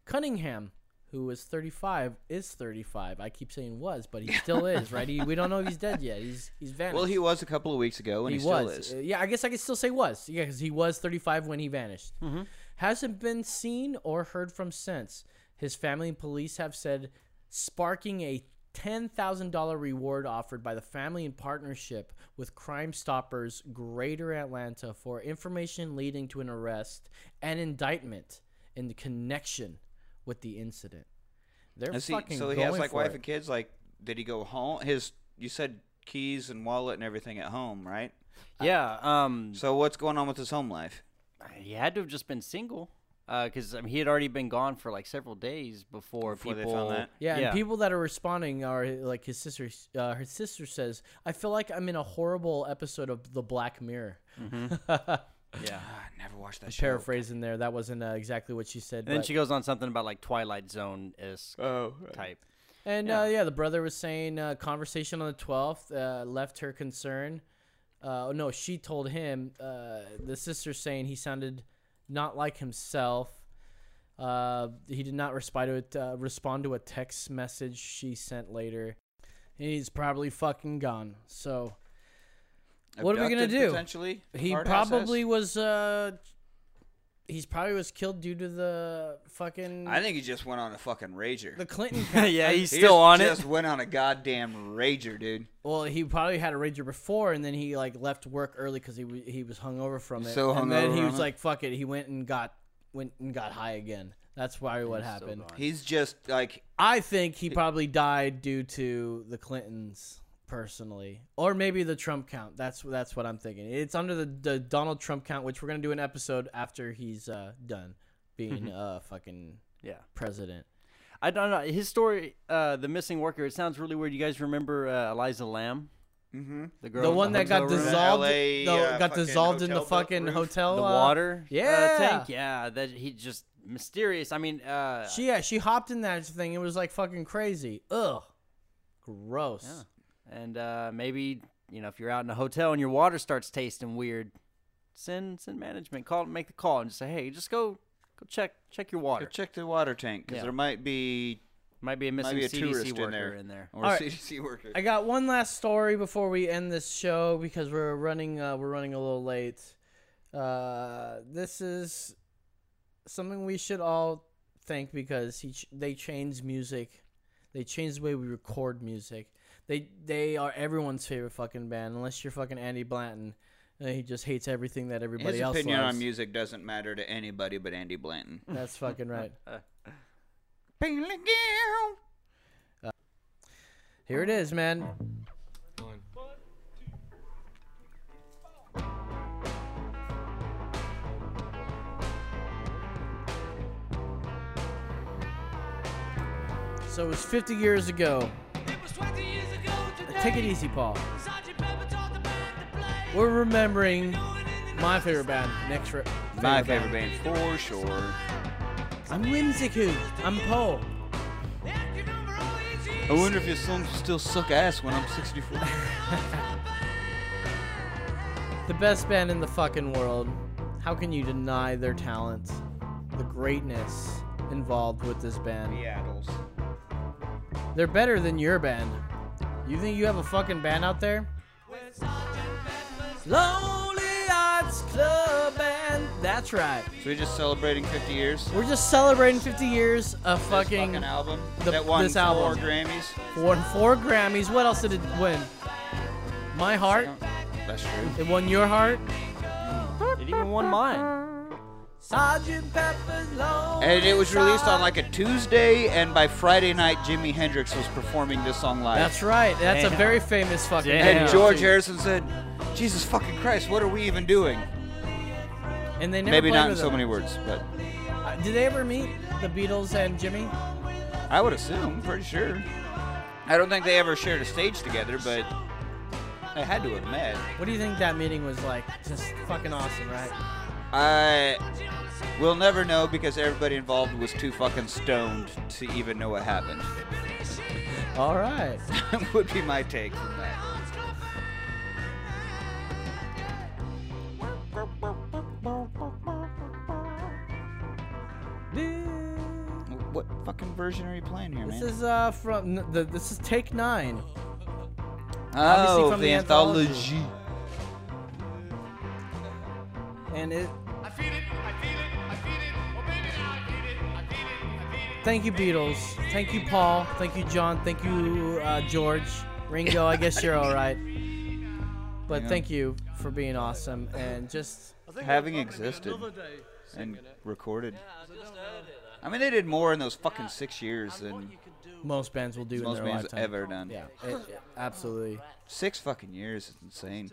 F: Cunningham, who was 35, is 35. I keep saying was, but he still is, right? He, we don't know if he's dead yet. He's he's vanished.
B: Well, he was a couple of weeks ago, and he, still
F: was.
B: is.
F: Uh, Yeah, I guess I could still say was. Yeah, because he was 35 when he vanished.
B: Mhm.
F: Hasn't been seen or heard from since. His family and police have said, sparking a $10,000 reward offered by the family in partnership with Crime Stoppers Greater Atlanta for information leading to an arrest and indictment in the connection with the incident. They're
B: Is he-
F: fucking
B: so he
F: going
B: has like
F: for
B: wife
F: it.
B: and kids. Like, did he go home? His you said keys and wallet and everything at home, right?
F: Uh,
A: Yeah. Um.
B: So what's going on with his home life?
A: He had to have just been single, because I mean, he had already been gone for like several days before,
B: Before they
A: people.
B: found that.
F: Yeah, and people that are responding are like his sister. Uh, her sister says, "I feel like I'm in a horrible episode of The Black Mirror."
A: Mhm.
F: yeah,
B: I never watched
F: that. Paraphrasing there, that wasn't uh, exactly what she said.
A: And then
F: but-
A: she goes on something about like Twilight Zone is
B: Oh,
A: type.
F: And yeah. Uh, yeah, the brother was saying uh, conversation on the twelfth uh, left her concern. Uh, no, she told him. Uh, the sister saying he sounded not like himself. Uh, he did not respond to a, uh, respond to a text message she sent later. He's probably fucking gone. So, what are we gonna
B: Abducted,
F: do?
B: potentially?
F: he
B: Hard access?
F: probably was. Uh, he's probably was killed due to the fucking.
B: I think he just went on a fucking rager.
F: The Clinton cat- Yeah, he's
B: He
F: still
B: just-
F: on it.
B: Just went on a goddamn rager, dude.
F: Well, he probably had a rager before, and then he like left work early because he w- he was hungover from it.
B: So
F: and then
B: hungover
F: he
B: on
F: was
B: it.
F: like, "Fuck it," he went and got went and got high again. That's probably what happened.
B: He's just like
F: I think he probably died due to the Clintons personally, or maybe the Trump count. That's that's what I'm thinking. It's under the, the Donald Trump count, which we're gonna do an episode after he's uh, done
B: Mm-hmm.
F: being uh fucking
A: Yeah.
F: president.
A: I don't know his story. Uh, the missing worker. It sounds really weird. You guys remember uh, Eliza Lamb?
B: Mm-hmm.
A: The
F: the one
A: in
F: that got
A: hotel room?
F: dissolved, no, got dissolved in the fucking hotel.
A: The
F: uh,
A: water. uh,
F: yeah,
A: tank. Yeah. That he just mysterious. I mean. Uh,
F: She yeah, she hopped in that thing. It was like fucking crazy. Ugh, gross.
A: Yeah. And uh, maybe you know if you're out in a hotel and your water starts tasting weird, send send management call make the call and just say hey just go go check check your water.
B: check the water tank because
A: Yeah.
B: there might be
A: might be a missing
B: might be a
A: CDC
B: tourist
A: worker
B: in there,
A: in there.
B: or
F: All
B: a
F: right.
B: CDC worker.
F: I got one last story before we end this show because we're running uh, we're running a little late. Uh, this is something we should all think because he ch- they changed music, they changed the way we record music. They they are everyone's favorite fucking band unless you're fucking Andy Blanton. Uh, he just hates everything that everybody
B: His
F: else
B: opinion
F: loves.
B: on music doesn't matter to anybody but Andy Blanton.
F: That's fucking right. Uh, here it is, man. So it was 50 years ago. Take it easy, Paul. We're remembering my favorite band, next rip.
B: My favorite band for sure.
F: I'm Whimsicu. I'm Paul.
B: I wonder if your songs still suck ass when I'm 64.
F: The best band in the fucking world. How can you deny their talent? The greatness involved with this band.
B: Beatles.
F: They're better than your band. You think you have a fucking band out there? Lonely Hearts Club Band. That's right.
B: So we're just celebrating 50 years.
F: We're just celebrating 50 years of fucking,
B: fucking album
F: the-
B: that won
F: this album.
B: four Grammys.
F: Won four Grammys. What else did it win? My heart.
B: That's true.
F: It won your heart.
B: It
A: even won mine.
F: Sergeant Pepper's Lonely
B: And it was released on like a Tuesday, and by Friday night, Jimi Hendrix was performing this song live.
F: That's right. That's a
B: Damn.
F: very famous fucking.
B: And
F: video.
B: George Harrison said, Jesus fucking Christ, what are we even doing?
F: And they never
B: Maybe
F: played
B: not in
F: with
B: so
F: him.
B: many words, but
F: Uh, did they ever meet the Beatles and Jimmy?
B: I would assume, pretty sure. I don't think they ever shared a stage together, but I had to have met.
F: What do you think that meeting was like? Just fucking awesome, right?
B: I will never know because everybody involved was too fucking stoned to even know what happened.
F: All right.
B: would be my take from that. What fucking version are you playing here,
F: This
B: man?
F: is uh from n- the this is take nine. Obviously
B: oh, the anthology.
F: And it. Thank you, Beatles. Thank you, Paul. Thank you, John. Thank you, uh, George. Ringo, I guess you're all right. But
B: Yeah.
F: thank you for being awesome and just
B: Having existed and recorded. I mean, they did more in those fucking six years than
F: most bands will do in
B: most
F: their
B: bands
F: lifetime.
B: ever done.
F: Yeah, it- it- absolutely.
B: Six fucking years is insane.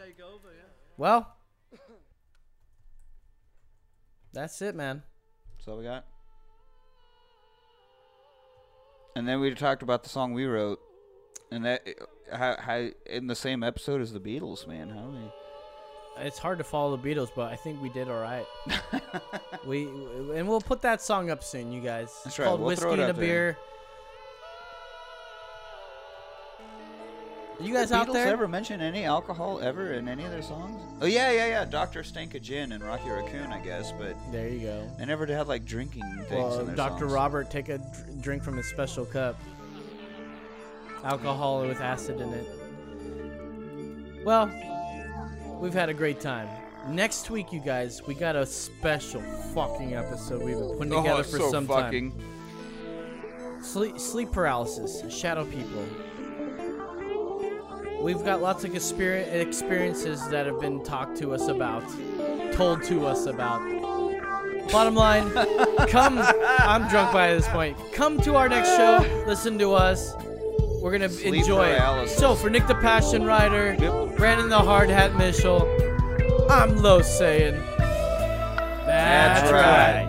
F: Well, that's it, man.
B: That's all we got. And then we talked about the song we wrote, and that uh, how, how in the same episode as the Beatles, man. How they
F: It's hard to follow the Beatles, but I think we did all right. we and we'll put that song up soon, you guys.
B: That's
F: it's
B: right,
F: Called
B: we'll
F: whiskey
B: throw it
F: and a
B: up there.
F: beer. Are you guys
B: the
F: out
B: Beatles
F: there?
B: ever mention any alcohol ever in any of their songs? Oh yeah, yeah, yeah. Doctor Stank of Gin and Rocky Raccoon, I guess, but
F: there you go.
B: They never had like drinking things
F: Well,
B: in their
F: Dr.
B: songs.
F: Robert, take a dr- drink from his special cup. Alcohol with acid in it. Well, we've had a great time. Next week, you guys, we got a special fucking episode we've been putting
B: Oh,
F: together for
B: so
F: some
B: fucking.
F: time. Sleep, sleep paralysis, shadow people. We've got lots of conspira- experiences that have been talked to us about, told to us about. Bottom line, come. I'm drunk by this point. Come to our next show. Listen to us. We're gonna
B: Sleep
F: enjoy
B: paralysis.
F: it. So for Nick the Passion Rider, Brandon the Hard Hat Mitchell, I'm low saying.
B: That's right.